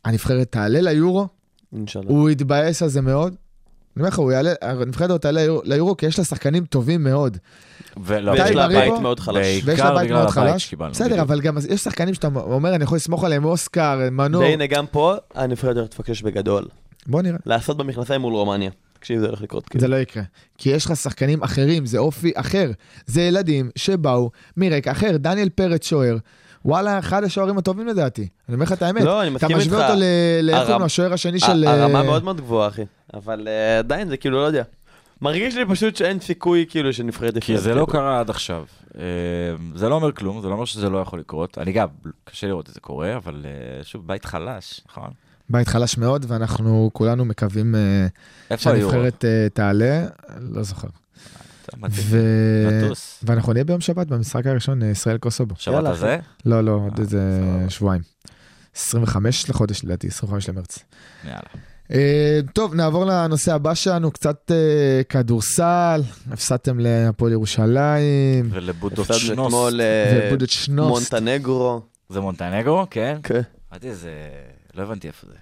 S5: הנבחרת תעלה ליורו,
S4: לא.
S6: אינשאללה.
S5: הוא יתבאס על זה מאוד. אני אומר לך, הוא יעלה, הנבחרת הזאת תעלה ליור- ליורו, כי יש לה שחקנים טובים מאוד.
S4: ולא,
S5: די,
S6: ויש לה
S5: בריבו?
S6: בית מאוד חלש.
S4: בעיקר
S5: ויש לה בית
S4: בגלל
S5: מאוד
S4: הבית
S5: חלש.
S4: שקיבלנו,
S5: בסדר,
S4: בדיוק.
S5: אבל גם יש שחקנים שאתה אומר, אני יכול לסמוך עליהם, אוסקר, מנור.
S6: והנה גם פה הנבחרת הולכת לפקש בגדול.
S5: בוא נראה.
S6: לעשות במכנסיים מול רומניה. תקשיב, זה הולך לקרות. כאילו.
S5: זה לא יקרה, כי יש לך שחקנים אחרים, זה אופי אחר. זה ילדים שבאו מרקע אחר. דניאל פרץ שוער, וואלה, אחד השוערים הטובים לדעתי. אני אומר לך את האמת.
S6: לא, אני
S5: אתה
S6: מסכים איתך.
S5: משווה אותו ל... לאיך
S6: הרמ-
S5: קוראים לו, השוער השני של...
S6: ה- הרמה
S5: אה,
S6: מאוד מאוד גבוהה, אחי. אבל אה, עדיין זה כאילו, לא יודע. מרגיש לי פשוט שאין סיכוי כאילו שנבחרת
S4: כי זה לא קרה עד עכשיו. אה, זה לא אומר כלום, זה לא אומר שזה לא יכול לקרות. אני גם, קשה לראות את זה קורה, אבל אה, שוב, בית חלש, נכון?
S5: בית חלש מאוד, ואנחנו כולנו מקווים אה,
S4: איפה היו?
S5: שהנבחרת אה, תעלה, לא זוכר.
S6: אוקיי.
S5: ו...
S4: נטוס.
S5: ואנחנו נהיה ביום שבת במשחק הראשון, אה, ישראל קוסובו.
S4: שבת הזה?
S5: לא, לא, עוד
S4: אה,
S5: איזה
S4: סבבה.
S5: שבועיים. 25 לחודש לדעתי, 25 למרץ.
S4: יאללה.
S5: אה, טוב, נעבור לנושא הבא שלנו, קצת אה, כדורסל, הפסדתם להפועל
S4: אה,
S5: ירושלים,
S4: ולבודות
S6: הפסדנו
S4: שנוס.
S6: אתמול אה,
S5: ובודד שנוס.
S6: מונטנגרו.
S4: זה מונטנגרו? כן.
S6: כן.
S4: אמרתי, זה... לא הבנתי איפה זה.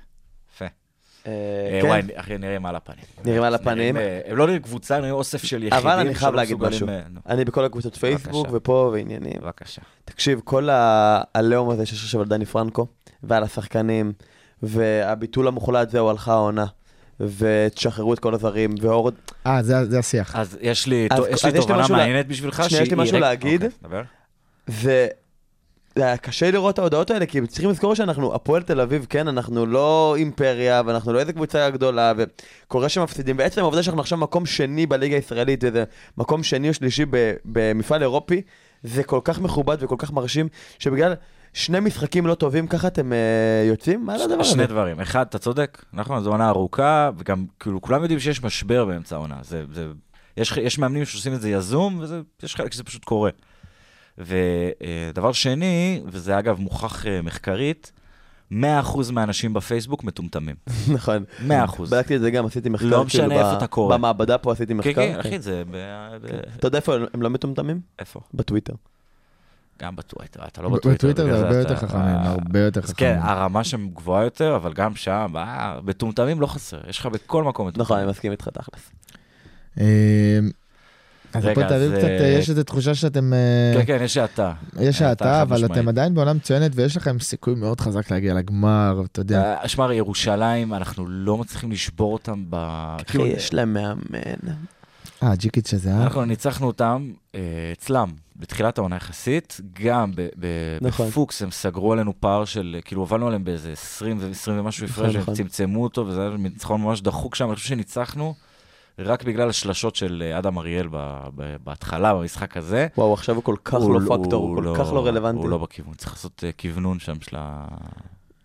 S4: יפה.
S6: אה,
S4: אה,
S6: כן.
S4: וואי, אחי, נראים על הפנים.
S6: נראים על הפנים.
S4: נראים, אה, הם לא נראים קבוצה, הם נראים אוסף של יחידים.
S6: אבל אני חייב
S4: שלא
S6: להגיד
S4: מסוגלים,
S6: משהו.
S4: אה, נו,
S6: אני בכל הקבוצות פייסבוק
S4: בבקשה.
S6: ופה ועניינים.
S4: בבקשה.
S6: תקשיב, כל ה- הלאום הזה שיש עכשיו על דני פרנקו, ועל השחקנים, והביטול המוחלט זהו הלכה העונה, ותשחררו את כל הזרים, והורד...
S5: אה, זה זה השיח.
S4: אז יש לי
S6: אז-
S4: תו- יש לי
S6: אז יש לי
S4: תובנה
S6: משהו לה-
S4: מעניינת בשבילך.
S6: שנייה, יש לי
S4: שהיא-
S6: משהו
S4: רגע,
S6: להגיד.
S4: אוקיי, דבר.
S6: זה... זה היה קשה לראות את ההודעות האלה, כי צריכים לזכור שאנחנו הפועל תל אביב, כן, אנחנו לא אימפריה, ואנחנו לא איזה קבוצה גדולה, וקורה שמפסידים. בעצם העובדה שאנחנו עכשיו מקום שני בליגה הישראלית, איזה מקום שני או שלישי ב- במפעל אירופי, זה כל כך מכובד וכל כך מרשים, שבגלל שני משחקים לא טובים, ככה אתם אה, יוצאים? מה זה הדבר הזה?
S4: שני דברים. אחד, אתה צודק, נכון, זו עונה ארוכה, וגם, כאילו, כולם יודעים שיש משבר באמצע העונה. זה, זה, יש, יש מאמנים שעושים את זה יזום, ויש חלק שזה פשוט קורה. ודבר שני, וזה אגב מוכח אה, מחקרית, 100% מהאנשים בפייסבוק מטומטמים.
S6: נכון.
S4: 100%.
S6: בדקתי את זה גם, עשיתי מחקר.
S4: לא משנה
S6: כאילו, ב-
S4: איפה אתה קורא.
S6: במעבדה פה עשיתי
S4: כן,
S6: מחקר.
S4: כן, אחי, זה... ב... ב...
S6: אתה יודע איפה הם לא מטומטמים?
S4: איפה?
S6: בטוויטר.
S4: גם בטוויטר, אתה לא
S5: ב-
S4: בטוויטר.
S5: בטוויטר זה
S4: בגלל
S5: הרבה
S4: אתה-
S5: יותר חכמים,
S4: אה,
S5: הרבה יותר
S4: אז כן,
S5: חכמים.
S4: הרמה שם גבוהה יותר, אבל גם שם, אה, מטומטמים לא חסר, יש לך בכל מקום מטומטמים.
S6: נכון, אני מסכים איתך תכלס.
S5: אה, אז
S4: רגע,
S5: הפועל תל אביב
S4: אז,
S5: קצת,
S4: אה,
S5: אה, יש איזו תחושה שאתם, אה,
S4: כן, כן, יש האטה.
S5: יש
S4: האטה
S5: האטה, אבל
S4: חד-משמעית.
S5: אתם עדיין בעולם מצוינת ויש לכם סיכוי מאוד חזק להגיע לגמר, אתה יודע.
S4: אה, שמע, ירושלים, אנחנו לא מצליחים לשבור אותם ב...
S6: אחי,
S4: כאילו,
S6: יש להם מאמן.
S5: אה, ג'יקיץ' הזה, אה?
S4: אנחנו ניצחנו אותם אה, אצלם בתחילת העונה יחסית, גם ב- ב-
S6: נכון.
S4: בפוקס הם סגרו עלינו פער של, כאילו הובלנו עליהם באיזה 20 ו-20 ומשהו
S6: נכון,
S4: הפרש,
S6: נכון.
S4: והם צמצמו אותו, וזה היה ניצחון ממש דחוק שם, אני חושב שניצחנו רק בגלל השלשות של אה, אדם אריאל ב- ב- בהתחלה, במשחק הזה.
S6: וואו, עכשיו הוא כל כך
S4: הוא-
S6: לא
S4: הוא-
S6: פקטור, הוא
S4: הוא
S6: כל כך לא רלוונטי.
S4: הוא לא בכיוון, צריך לעשות אה, כוונון שם של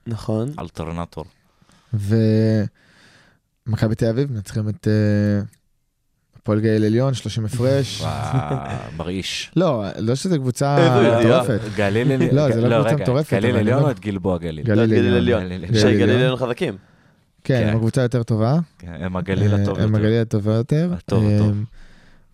S6: נכון.
S4: אה, האלטרנטור.
S5: ומכבי תל אביב מנצחים את אה, הפועל גליל עליון, 30 הפרש.
S4: וואו, מרעיש.
S5: לא, לא שזה קבוצה
S4: אה,
S6: איזה ידיעה.
S5: מטורפת.
S4: גליל עליון.
S5: לא, זה לא קבוצה
S4: רגע,
S5: מטורפת,
S4: גליל
S5: אבל
S4: עליון
S5: לא.
S4: או את גלבוע גליל?
S5: גליל
S6: גליל
S5: עליון.
S6: עליון.
S4: גליל
S5: גליל
S6: שגליל
S5: עליון.
S6: עליון חזקים.
S5: כן,
S4: כן.
S5: הם הקבוצה יותר טובה.
S4: כן, הם הגליל
S5: אה,
S4: הטוב
S5: הם
S4: יותר.
S5: הגליל הטובה יותר.
S4: הטוב,
S5: אה,
S4: הטוב.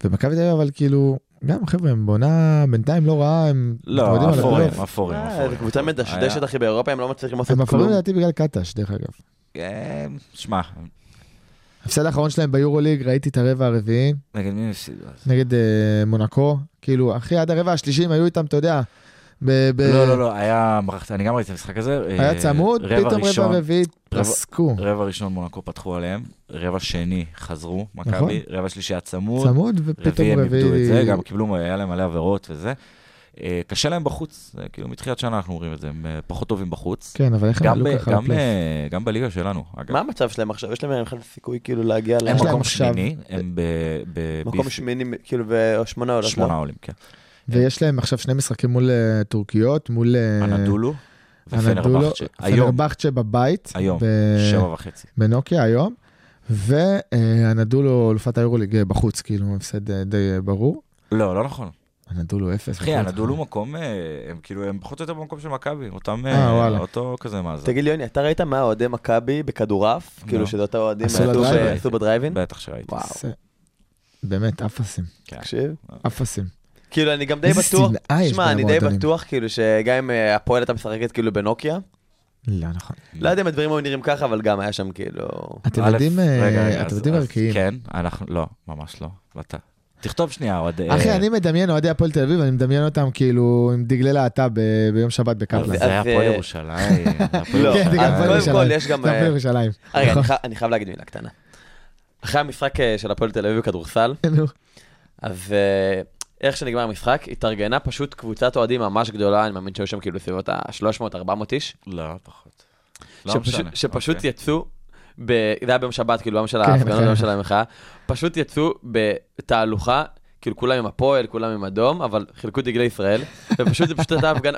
S5: ומכבי תל אביב, אבל כאילו, גם חבר'ה, הם בעונה בינתיים לא רעה, הם מתמודדים
S4: לא,
S5: על
S4: אפורים,
S5: הפלייאוף.
S4: אפורים,
S6: אה, זו
S4: אפורים.
S6: קבוצה מדשדשת, אחי, באירופה הם לא מצליחים לעשות
S5: הם אפורים
S6: כלום.
S5: לדעתי בגלל קטש, דרך אגב.
S4: אה, שמע,
S5: ההפסד האחרון שלהם ביורוליג, ראיתי את הרבע הרביעי,
S4: נגד מי הם הפסידו? אז?
S5: נגד אה, מונקו. כאילו, אחי, עד הרבע השלישי הם היו איתם, אתה יודע. ב- ב-
S4: לא, לא, לא, היה, מערכת- אני גם ראיתי את המשחק הזה.
S5: אה, היה
S4: אה,
S5: צמוד, פתאום
S4: ראשון-
S5: רבע רביעי,
S4: רבע-
S5: פסקו.
S4: רבע ראשון מונקו פתחו עליהם, רבע שני חזרו,
S5: נכון.
S4: מכבי, רבע שלישי היה צמוד,
S5: צמוד,
S4: רביעי
S5: ופתאום
S4: הם איבדו את זה,
S5: רביעי.
S4: גם קיבלו, היה להם מלא עבירות וזה. אה, קשה להם בחוץ, זה כאילו מתחילת שנה אנחנו אומרים את זה, הם אה, פחות טובים בחוץ.
S5: כן, אבל איך הם
S4: גם
S5: עלו
S4: ב-
S5: ככה
S4: גם,
S5: לפלייאוף?
S4: אה, גם בליגה שלנו, אגב.
S6: מה המצב שלהם עכשיו? יש להם בכלל סיכוי כאילו להגיע
S4: הם
S5: יש להם
S4: מקום
S5: עכשיו-
S4: שמיני, הם ב... ב-
S6: למקום
S4: ב-
S6: שמיני, כאילו, בשמונה עולות.
S4: שמונה עולים, כן.
S5: ויש להם עכשיו שני משחקים מול אה, טורקיות, מול אה,
S4: אנדולו
S5: אנדולו,
S4: ופנרבחצ'ה. היום,
S5: פנרבחצ'ה בבית,
S4: היום,
S5: ב-
S4: שבע וחצי.
S5: בנוקיה היום, ואנדולו, אלופת היורוליג אה, בחוץ, כאילו, הפסד אה, די אה, ברור.
S4: לא, לא נכון.
S5: אנדולו אפס.
S4: אחי,
S6: נכון.
S5: בחוץ.
S4: אנדולו מקום, אה, הם כאילו, הם פחות או יותר במקום של מכבי, אותם,
S5: אה,
S4: אה,
S5: וואלה.
S4: אותו כזה מאזן.
S6: תגיד לי, יוני, אתה ראית מה אוהדי מכבי בכדורעף?
S4: לא.
S6: כאילו, שזה אותה אוהדים
S5: עשו
S6: שעשו
S5: לדרייבין.
S6: ב- עשו בדרייבין?
S4: בטח שראיתי.
S6: וואו,
S5: זה- באמת, אפסים,
S6: תקשיב.
S5: אפסים.
S6: כאילו, אני גם די
S5: איזה
S6: בטוח,
S5: שנאה יש בין
S6: שמע, אני די
S5: המועדונים.
S6: בטוח, כאילו, שגם אם אה, הפועל הייתה משחקת כאילו בנוקיה,
S5: לא נכון.
S6: לא יודע אם הדברים היו נראים ככה, אבל גם היה שם כאילו...
S5: אתם
S4: א',
S5: יודעים, אה,
S4: רגע, רגע,
S5: אתם
S4: אז-
S5: יודעים
S4: אז
S5: ערכיים.
S4: כן, אנחנו, לא, ממש לא. ואתה. תכתוב שנייה, אה, אוהד...
S5: אחי, אני מדמיין אוהדי הפועל תל אביב, אני מדמיין אותם כאילו עם דגלי להט"ב ב- ביום שבת בקפלן.
S4: לא, זה היה
S6: אז,
S4: הפועל
S6: אה,
S4: ירושלים. הפועל
S6: לא,
S5: כן,
S4: ירושלים.
S5: זה גם
S6: אז
S5: הפועל
S6: קודם כל,
S5: ירושלים.
S6: יש גם,
S5: זה הפועל
S6: אה,
S5: ירושלים.
S6: רגע, אני
S5: נכון.
S6: חי- אני חייב להגיד מילה קטנה. אחרי המשחק אה, של הפועל תל אביב בכדורסל,
S5: נו.
S6: אז אה, איך שנגמר המשחק, התארגנה פשוט קבוצת אוהדים ממש גדולה, אני מאמין שהיו שם כאילו בסביבות ה-300-400 איש,
S4: לא, פחות. לא
S6: שפשוט-
S4: משנה,
S6: שפשוט
S4: אוקיי.
S6: יצאו ב... זה היה ביום שבת, כאילו, ביום של
S5: כן,
S6: ההפגנות,
S5: כן.
S6: ביום של המחאה, פשוט יצאו בתהלוכה, כאילו, כולם עם הפועל, כולם עם אדום, אבל חילקו דגלי ישראל, ופשוט זה פשוט הייתה הפגנה,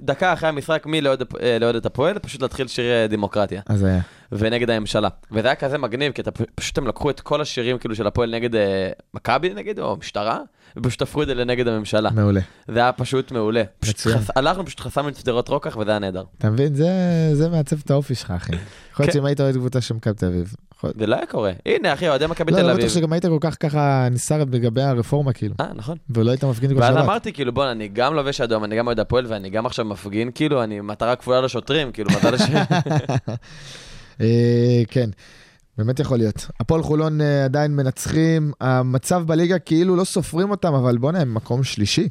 S6: מדקה אחרי המשחק, מלאוהד הפ- אה, לאוהד את הפועל, פשוט להתחיל שיר אה, דמוקרטיה.
S5: אז היה.
S6: ונגד הממשלה. וזה היה כזה מגניב, כי אתה, פ- פשוט הם לקחו את כל השירים כאילו של הפועל נגד אה, מכבי נגיד, או משטרה, ופשוט הפכו את זה לנגד
S4: אה.
S6: הממשלה.
S5: מעולה.
S6: זה היה פשוט מעולה. פשוט
S5: מצוין.
S6: חס... הלכנו, פשוט חסמנו את שדרות רוקח, וזה היה נהדר.
S5: אתה מבין? זה- זה מעצב את האופי שלך, אחי. יכול להיות
S6: כן.
S5: שאם היית אוהד קבוצה של מכבי תל אביב. יכול-
S6: זה לא היה קורה. הנה, אחי, אוהדי מכבי
S5: לא,
S6: תל
S5: לא בטוח
S6: אביב.
S5: שגם היית כל כך ככה נסער לגבי הרפורמה, כאילו.
S6: אה, נכון.
S5: ולא היית מפגין כל
S6: ואז
S5: שבת.
S6: אמרתי, כאילו, בוא'נה, אני גם לובש אדום, אני גם אוהד הפועל, ואני גם עכשיו מפגין, כאילו, אני מטרה כפולה לשוטרים, כאילו, מטרה ש...
S5: אה, כן, באמת יכול להיות. הפועל חולון אה, עדיין מנצחים, המצב בליגה כאילו לא סופרים אותם, אבל בואנה, הם מקום שלישי.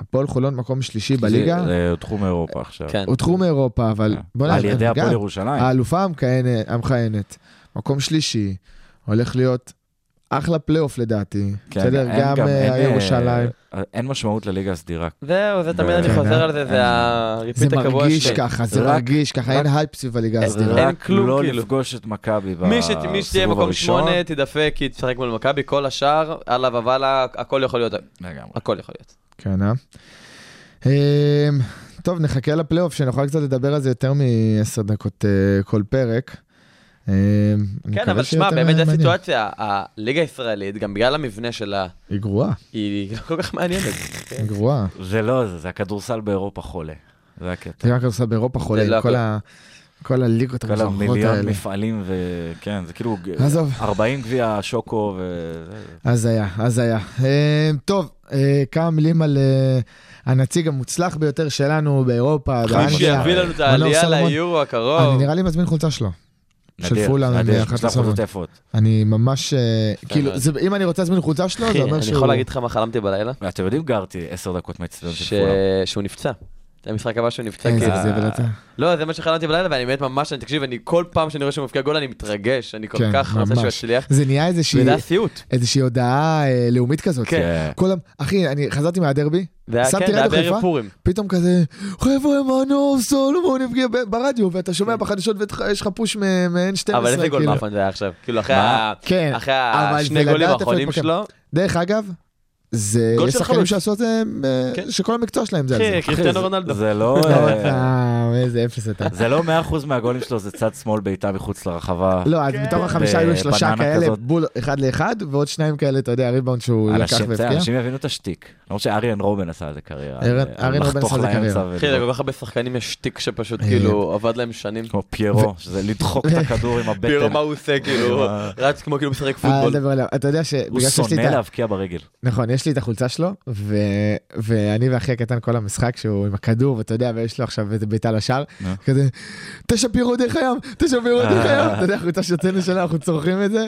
S5: הפועל חולון מקום שלישי בליגה,
S4: זה- זה אה, תחום אירופה עכשיו. אה.
S6: כן.
S5: הוא תחום אירופה, אבל בואנה,
S4: על
S5: הם
S4: ידי הפועל
S5: גם,
S4: ירושלים.
S5: אה, האלופה המכהנת- המכהנת, מקום שלישי, הולך להיות אחלה פלייאוף לדעתי.
S4: כן,
S5: בסדר,
S4: אין
S5: גם
S4: אין,
S5: אה,
S4: אה,
S5: ירושלים.
S4: אין משמעות לליגה הסדירה.
S6: זהו, זה תמיד אני
S5: כן,
S6: חוזר
S5: אה?
S6: על זה, זה
S5: זה
S6: הריפיט הקבוע
S5: מרגיש
S6: שלי.
S5: ככה, זה
S4: רק-
S5: מרגיש ככה, אין
S4: רק-
S5: הייפ סביב הליגה
S6: אין-
S5: הסדירה.
S6: אין
S4: רק
S6: כלום,
S4: לא
S6: כאילו.
S4: לפגוש את מכבי
S6: מי ש- מי שתהיה
S4: בסיבוב
S6: מקום
S4: הראשון.
S6: שמונה תדפק כי תשחק מול מכבי, כל השאר, אללה וואלה, הכל יכול להיות,
S4: לגמרי.
S6: הכל יכול להיות.
S5: כן, אה? אמ, טוב, נחכה לפלייאוף, שנוכל קצת לדבר על זה יותר מ-10 דקות אה, כל פרק. אמ, אני
S6: כן,
S5: מקווה
S6: אבל
S5: שיהיה
S6: שמע,
S5: יותר
S6: באמת זו
S5: מעניין.
S6: סיטואציה, הליגה הישראלית, גם בגלל המבנה שלה,
S5: היא גרועה,
S6: היא לא כל כך מעניינת.
S5: היא גרועה.
S4: זה לא זה, זה הכדורסל באירופה חולה. זה הקטע.
S5: זה רק עושה באירופה חולה,
S6: זה לא
S5: עם כל
S6: הכל.
S5: ה- כל הליגות
S4: כל
S5: המזרחות
S4: המיליון
S5: כן, האלה.
S4: מפעלים וכן, זה כאילו ג-
S5: עזוב.
S4: 40 גביע שוקו וזה.
S5: אז היה, אז היה. אמ, טוב, אה, כמה מילים על אה, הנציג המוצלח ביותר שלנו באירופה,
S4: חיים
S6: מי
S5: באנגליה.
S4: שביעי.
S6: שיביא לנו את
S5: מנור
S6: העלייה
S5: סלומון.
S6: ליורו
S5: לא אני
S6: הקרוב.
S5: נראה לי מזמין חולצה שלו. של
S4: נדיר,
S5: פולאם,
S4: נדיר,
S5: אחת
S4: שלח חוזות
S5: הסוף.
S4: יפות.
S5: אני ממש... אה, כאילו,
S6: מאוד.
S5: זה- אם אני רוצה להזמין חולצה שלו,
S6: כן, אחי,
S5: זה
S6: אני
S5: אומר שהוא...
S6: יכול להגיד לך מה חלמתי בלילה?
S4: ואתם יודעים, גרתי 10 דקות מהאצטדיון
S6: ש-
S4: של פולאם.
S6: שהוא נפצע. זה המשחק הבא שהוא נפצע.
S5: כן,
S6: כי-
S5: זה- זה בלעתה.
S6: לא, זה מה שחלמתי בלילה, ואני באמת ממש, אני- תקשיב, אני כל פעם שאני רואה שהוא מבקיע גול, אני מתרגש, אני כל
S5: כן,
S6: כך רוצה שהוא
S5: ממש.
S6: יצליח.
S5: זה נהיה איזושהי,
S6: וזה היה סיוט.
S5: איזושהי הודעה אה, לאומית כזאת.
S4: כן.
S5: כל ה... אחי, אני חזרתי מהדרבי,
S6: זה היה-
S5: שמתי
S6: כן, זה היה
S5: רדיו חיפה?
S6: בערב פורים.
S5: פתאום כזה, חבר'ה, מנור סולומון הפגיע ב- ברדיו, ואתה שומע בחדשות ויש לך פוש מ- מ-N12.
S6: כן. אבל איזה גול
S5: כאילו.
S6: מאפן זה היה עכשיו. כאילו, אחרי
S4: מה?
S6: ה-
S5: כן,
S6: אחרי
S5: אבל זה
S6: השני גולים
S5: לדעת איפה
S6: האחרונים
S5: להתמקם.
S6: שלו.
S5: דרך אגב, זה...
S6: גול
S5: יש
S6: של
S5: שחקנים
S6: חלוץ.
S5: שעשו את זה, אה,
S6: כן.
S5: שכל המקצוע שלהם זה על זה.
S6: אחי, קריסטיאנו
S4: זה-
S6: רונלדו.
S4: זה לא... אה,
S5: אה, איזה אפס אתה.
S4: זה לא 100% מהגולים שלו, זה צד שמאל בעיטה מחוץ לרחבה.
S5: לא, אז מתוך החמישה היו שלושה
S4: בבננה
S5: כאלה,
S4: כזאת.
S5: בול אחד לאחד, ועוד שניים כאלה, אתה יודע, ריבאונד שהוא לקח
S4: אנשים-
S5: והפקיע.
S4: אנשים יבינו את השטיק. למרות שאריאן רובן עשה על זה קריירה.
S5: ארן-
S4: על- על
S5: אריאן רובן
S4: לחתוך
S5: עשה על זה
S4: לאמצע
S5: קריירה.
S4: ולא-
S6: אחי, לכל כך הרבה שחקנים יש שטיק שפשוט
S5: אה,
S6: כאילו עבד להם שנים.
S4: כמו פיירו, שזה לדחוק את הכדור עם
S6: פירו מה
S4: הבטן.
S6: הוא עושה כאילו, רץ כמו כאילו
S5: אה,
S6: משחק פוטבול.
S5: נדבר עליו. אתה יודע
S4: הוא
S5: שבגלל שיש לי
S4: שונא
S5: את ה...
S4: להבקיע ברגל.
S5: נכון, יש לי את החולצה שלו, ו... ואני ואחי הקטן כל המשחק, שהוא עם הכדור, ואתה יודע, ויש לו עכשיו איזה בעיטה לשער,
S4: נו.
S5: כזה, תשע פירות דרך הים, תשע פירות דרך
S4: אה.
S5: הים, אתה יודע, החולצה שהוצאנו שלנו, אנחנו צורכים את זה.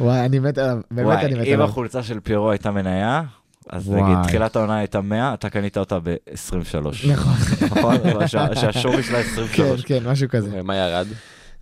S5: וואי, אני מת עליו, באמת אני מת
S4: וואי, אם
S5: עליו.
S4: החולצה של פיירו הייתה מניה, אז
S5: וואי.
S4: נגיד תחילת העונה הייתה 100, אתה קנית אותה ב-23.
S5: נכון,
S4: נכון, אבל שה- שהשווי שלה
S5: כן,
S4: 23.
S5: כן, משהו כזה.
S6: מה ירד?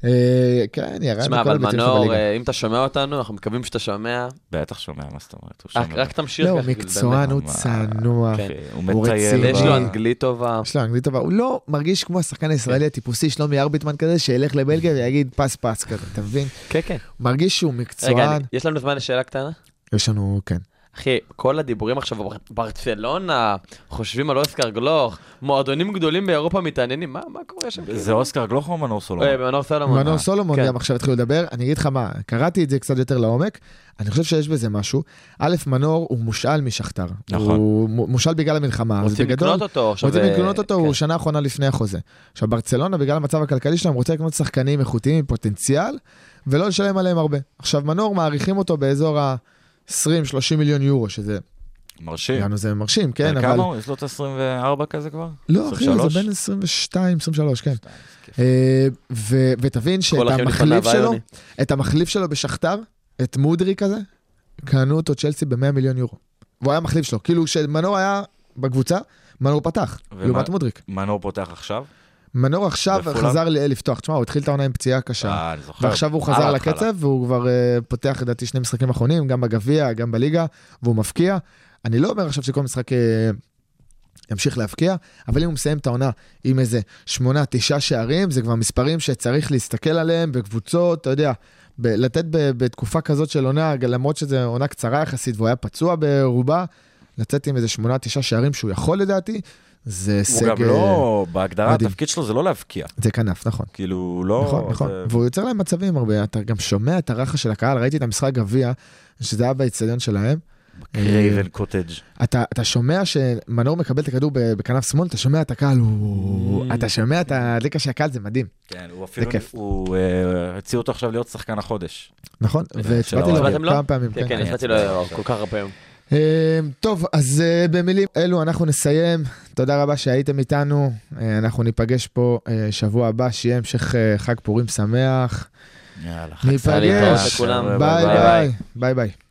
S5: אה, כן, ירד מכל
S6: תשמע, אוקיי. אבל
S5: הביטים שלו
S6: מנור,
S5: בליגה.
S6: אה, אם אתה שומע אותנו, אנחנו מקווים שאתה שומע. אה,
S4: בטח שומע, מה זאת אומרת? הוא
S6: רק
S4: שומע.
S6: אה, רק תמשיך.
S5: לא, הוא
S6: ככה, כאילו,
S5: מקצוען, הוא
S4: באמת,
S5: צנוע.
S4: כן, הוא
S5: הוא
S4: מטייל.
S5: רציני. מקצוען.
S6: באמת. יש לו
S5: אה.
S6: אנגלית טובה.
S5: יש לו אנגלית טובה, הוא לא מרגיש כמו השחקן
S6: כן.
S5: הישראלי הטיפוסי, שלומי ארביטמן כזה, שילך לבלגיה ויגיד פס פס כזה, אתה מבין?
S6: כן, כן.
S5: מרגיש שהוא
S6: רגע,
S5: מקצוען.
S6: אני- יש לנו זמן לשאלה קטנה?
S5: יש לנו, כן.
S6: אחי, כל הדיבורים עכשיו, בר- ברצלונה, חושבים על אוסקר גלוך, מועדונים גדולים באירופה מתעניינים, מה מה קורה שם?
S4: זה אוסקר גלוך או מנור סולומון?
S6: אה, מנור סלומון.
S5: מנור
S6: אה,
S5: סולומון
S6: כן.
S5: גם עכשיו התחיל לדבר, אני אגיד לך מה, קראתי את זה קצת יותר לעומק, אני חושב שיש בזה משהו. א', מנור הוא מושאל משכתר.
S4: נכון.
S5: הוא מו- מושאל בגלל המלחמה, אז
S6: רוצים
S5: בגדול...
S6: לקנות אותו עכשיו.
S5: רוצים
S6: אה,
S5: לקנות אותו,
S6: כן.
S5: הוא שנה אחרונה לפני החוזה. עכשיו, ברצלונה, בגלל המצב הכלכלי שלהם, רוצה לקנות שחקנים איכותיים עם פוטנציאל, ולא לשלם עליהם הרבה. עכשיו, מנור, מעריכים אותו באזור ה-20-30 מיליון יורו, שזה,
S4: מרשים.
S5: לנו זה מרשים, כן,
S4: בן כמה
S5: אבל...
S4: הוא? יש לו את ה-24 כזה כבר?
S5: לא, אחי, זה
S4: 23?
S5: בין 22, 23, כן.
S4: שתיים, כיף.
S5: אה, ו- ותבין שאת
S6: כל החיים
S5: המחליף
S6: נתפנה
S5: שלו,
S6: באיוני.
S5: את המחליף שלו בשכתר, את מודרי כזה, קנו אותו צ'לסי ב-100 מיליון יורו. והוא היה מחליף שלו. כאילו, כשמנור היה בקבוצה, מנור פתח,
S4: ומה-
S5: לעומת מודריק.
S4: מנור פותח עכשיו?
S5: מנור עכשיו
S4: ופולאם?
S5: חזר ל- לפתוח. תשמע, הוא התחיל את העונה עם פציעה קשה,
S4: אה, אני זוכר.
S5: ועכשיו הוא
S4: על
S5: חזר
S4: ההתחלה.
S5: לקצב, והוא כבר אה, פותח לדעתי שני משחקים אחרונים, גם בגביע, גם בליגה, והוא מפקיע. אני לא אומר עכשיו שכל משחק... אה, ימשיך להבקיע, אבל אם הוא מסיים את העונה עם איזה שמונה, תשעה שערים, זה כבר מספרים שצריך להסתכל עליהם בקבוצות, אתה יודע, ב- לתת ב- בתקופה כזאת של עונה, למרות שזו עונה קצרה יחסית והוא היה פצוע ברובה, לצאת עם איזה שמונה, תשעה שערים שהוא יכול לדעתי, זה
S4: הוא
S5: הישג...
S4: גם לא, בהגדרה,
S5: מדהים.
S4: התפקיד שלו זה לא להבקיע.
S5: אה, זה כנף, נכון.
S4: כאילו, הוא לא...
S5: נכון, נכון.
S4: זה-
S5: והוא יוצר להם מצבים הרבה, אתה גם שומע את הרחש של הקהל, ראיתי את המשחק גביע, שזה היה באצטדיון שלהם. אה,
S4: רייבן קוטג'.
S5: אתה, אתה שומע שמנור מקבל את הכדור ב- בכנף שמאל, אתה שומע את הקהל, הוא...
S6: Mm.
S5: אתה שומע את הדליקה של הקהל, זה מדהים,
S4: כן, הוא אפילו...
S5: כיף.
S4: הוא אה, הציעו אותו עכשיו להיות שחקן החודש.
S5: נכון?
S4: שלא,
S5: והצבעתי
S4: הצבעתם
S5: לו
S6: אה, לו?
S5: כמה פעמים,
S6: כן, כן,
S4: אני
S6: נתתי
S4: אצבע
S6: לו
S4: עכשיו.
S6: כל כך הרבה פעמים.
S5: אה, טוב, אז אה, במילים אלו אנחנו נסיים. תודה רבה שהייתם איתנו. אה, אנחנו ניפגש פה אה, שבוע הבא, שיהיה המשך אה, חג פורים שמח.
S4: יאללה,
S5: ניפגש.
S6: להתראות לכולם.
S5: ביי ביי. ביי ביי.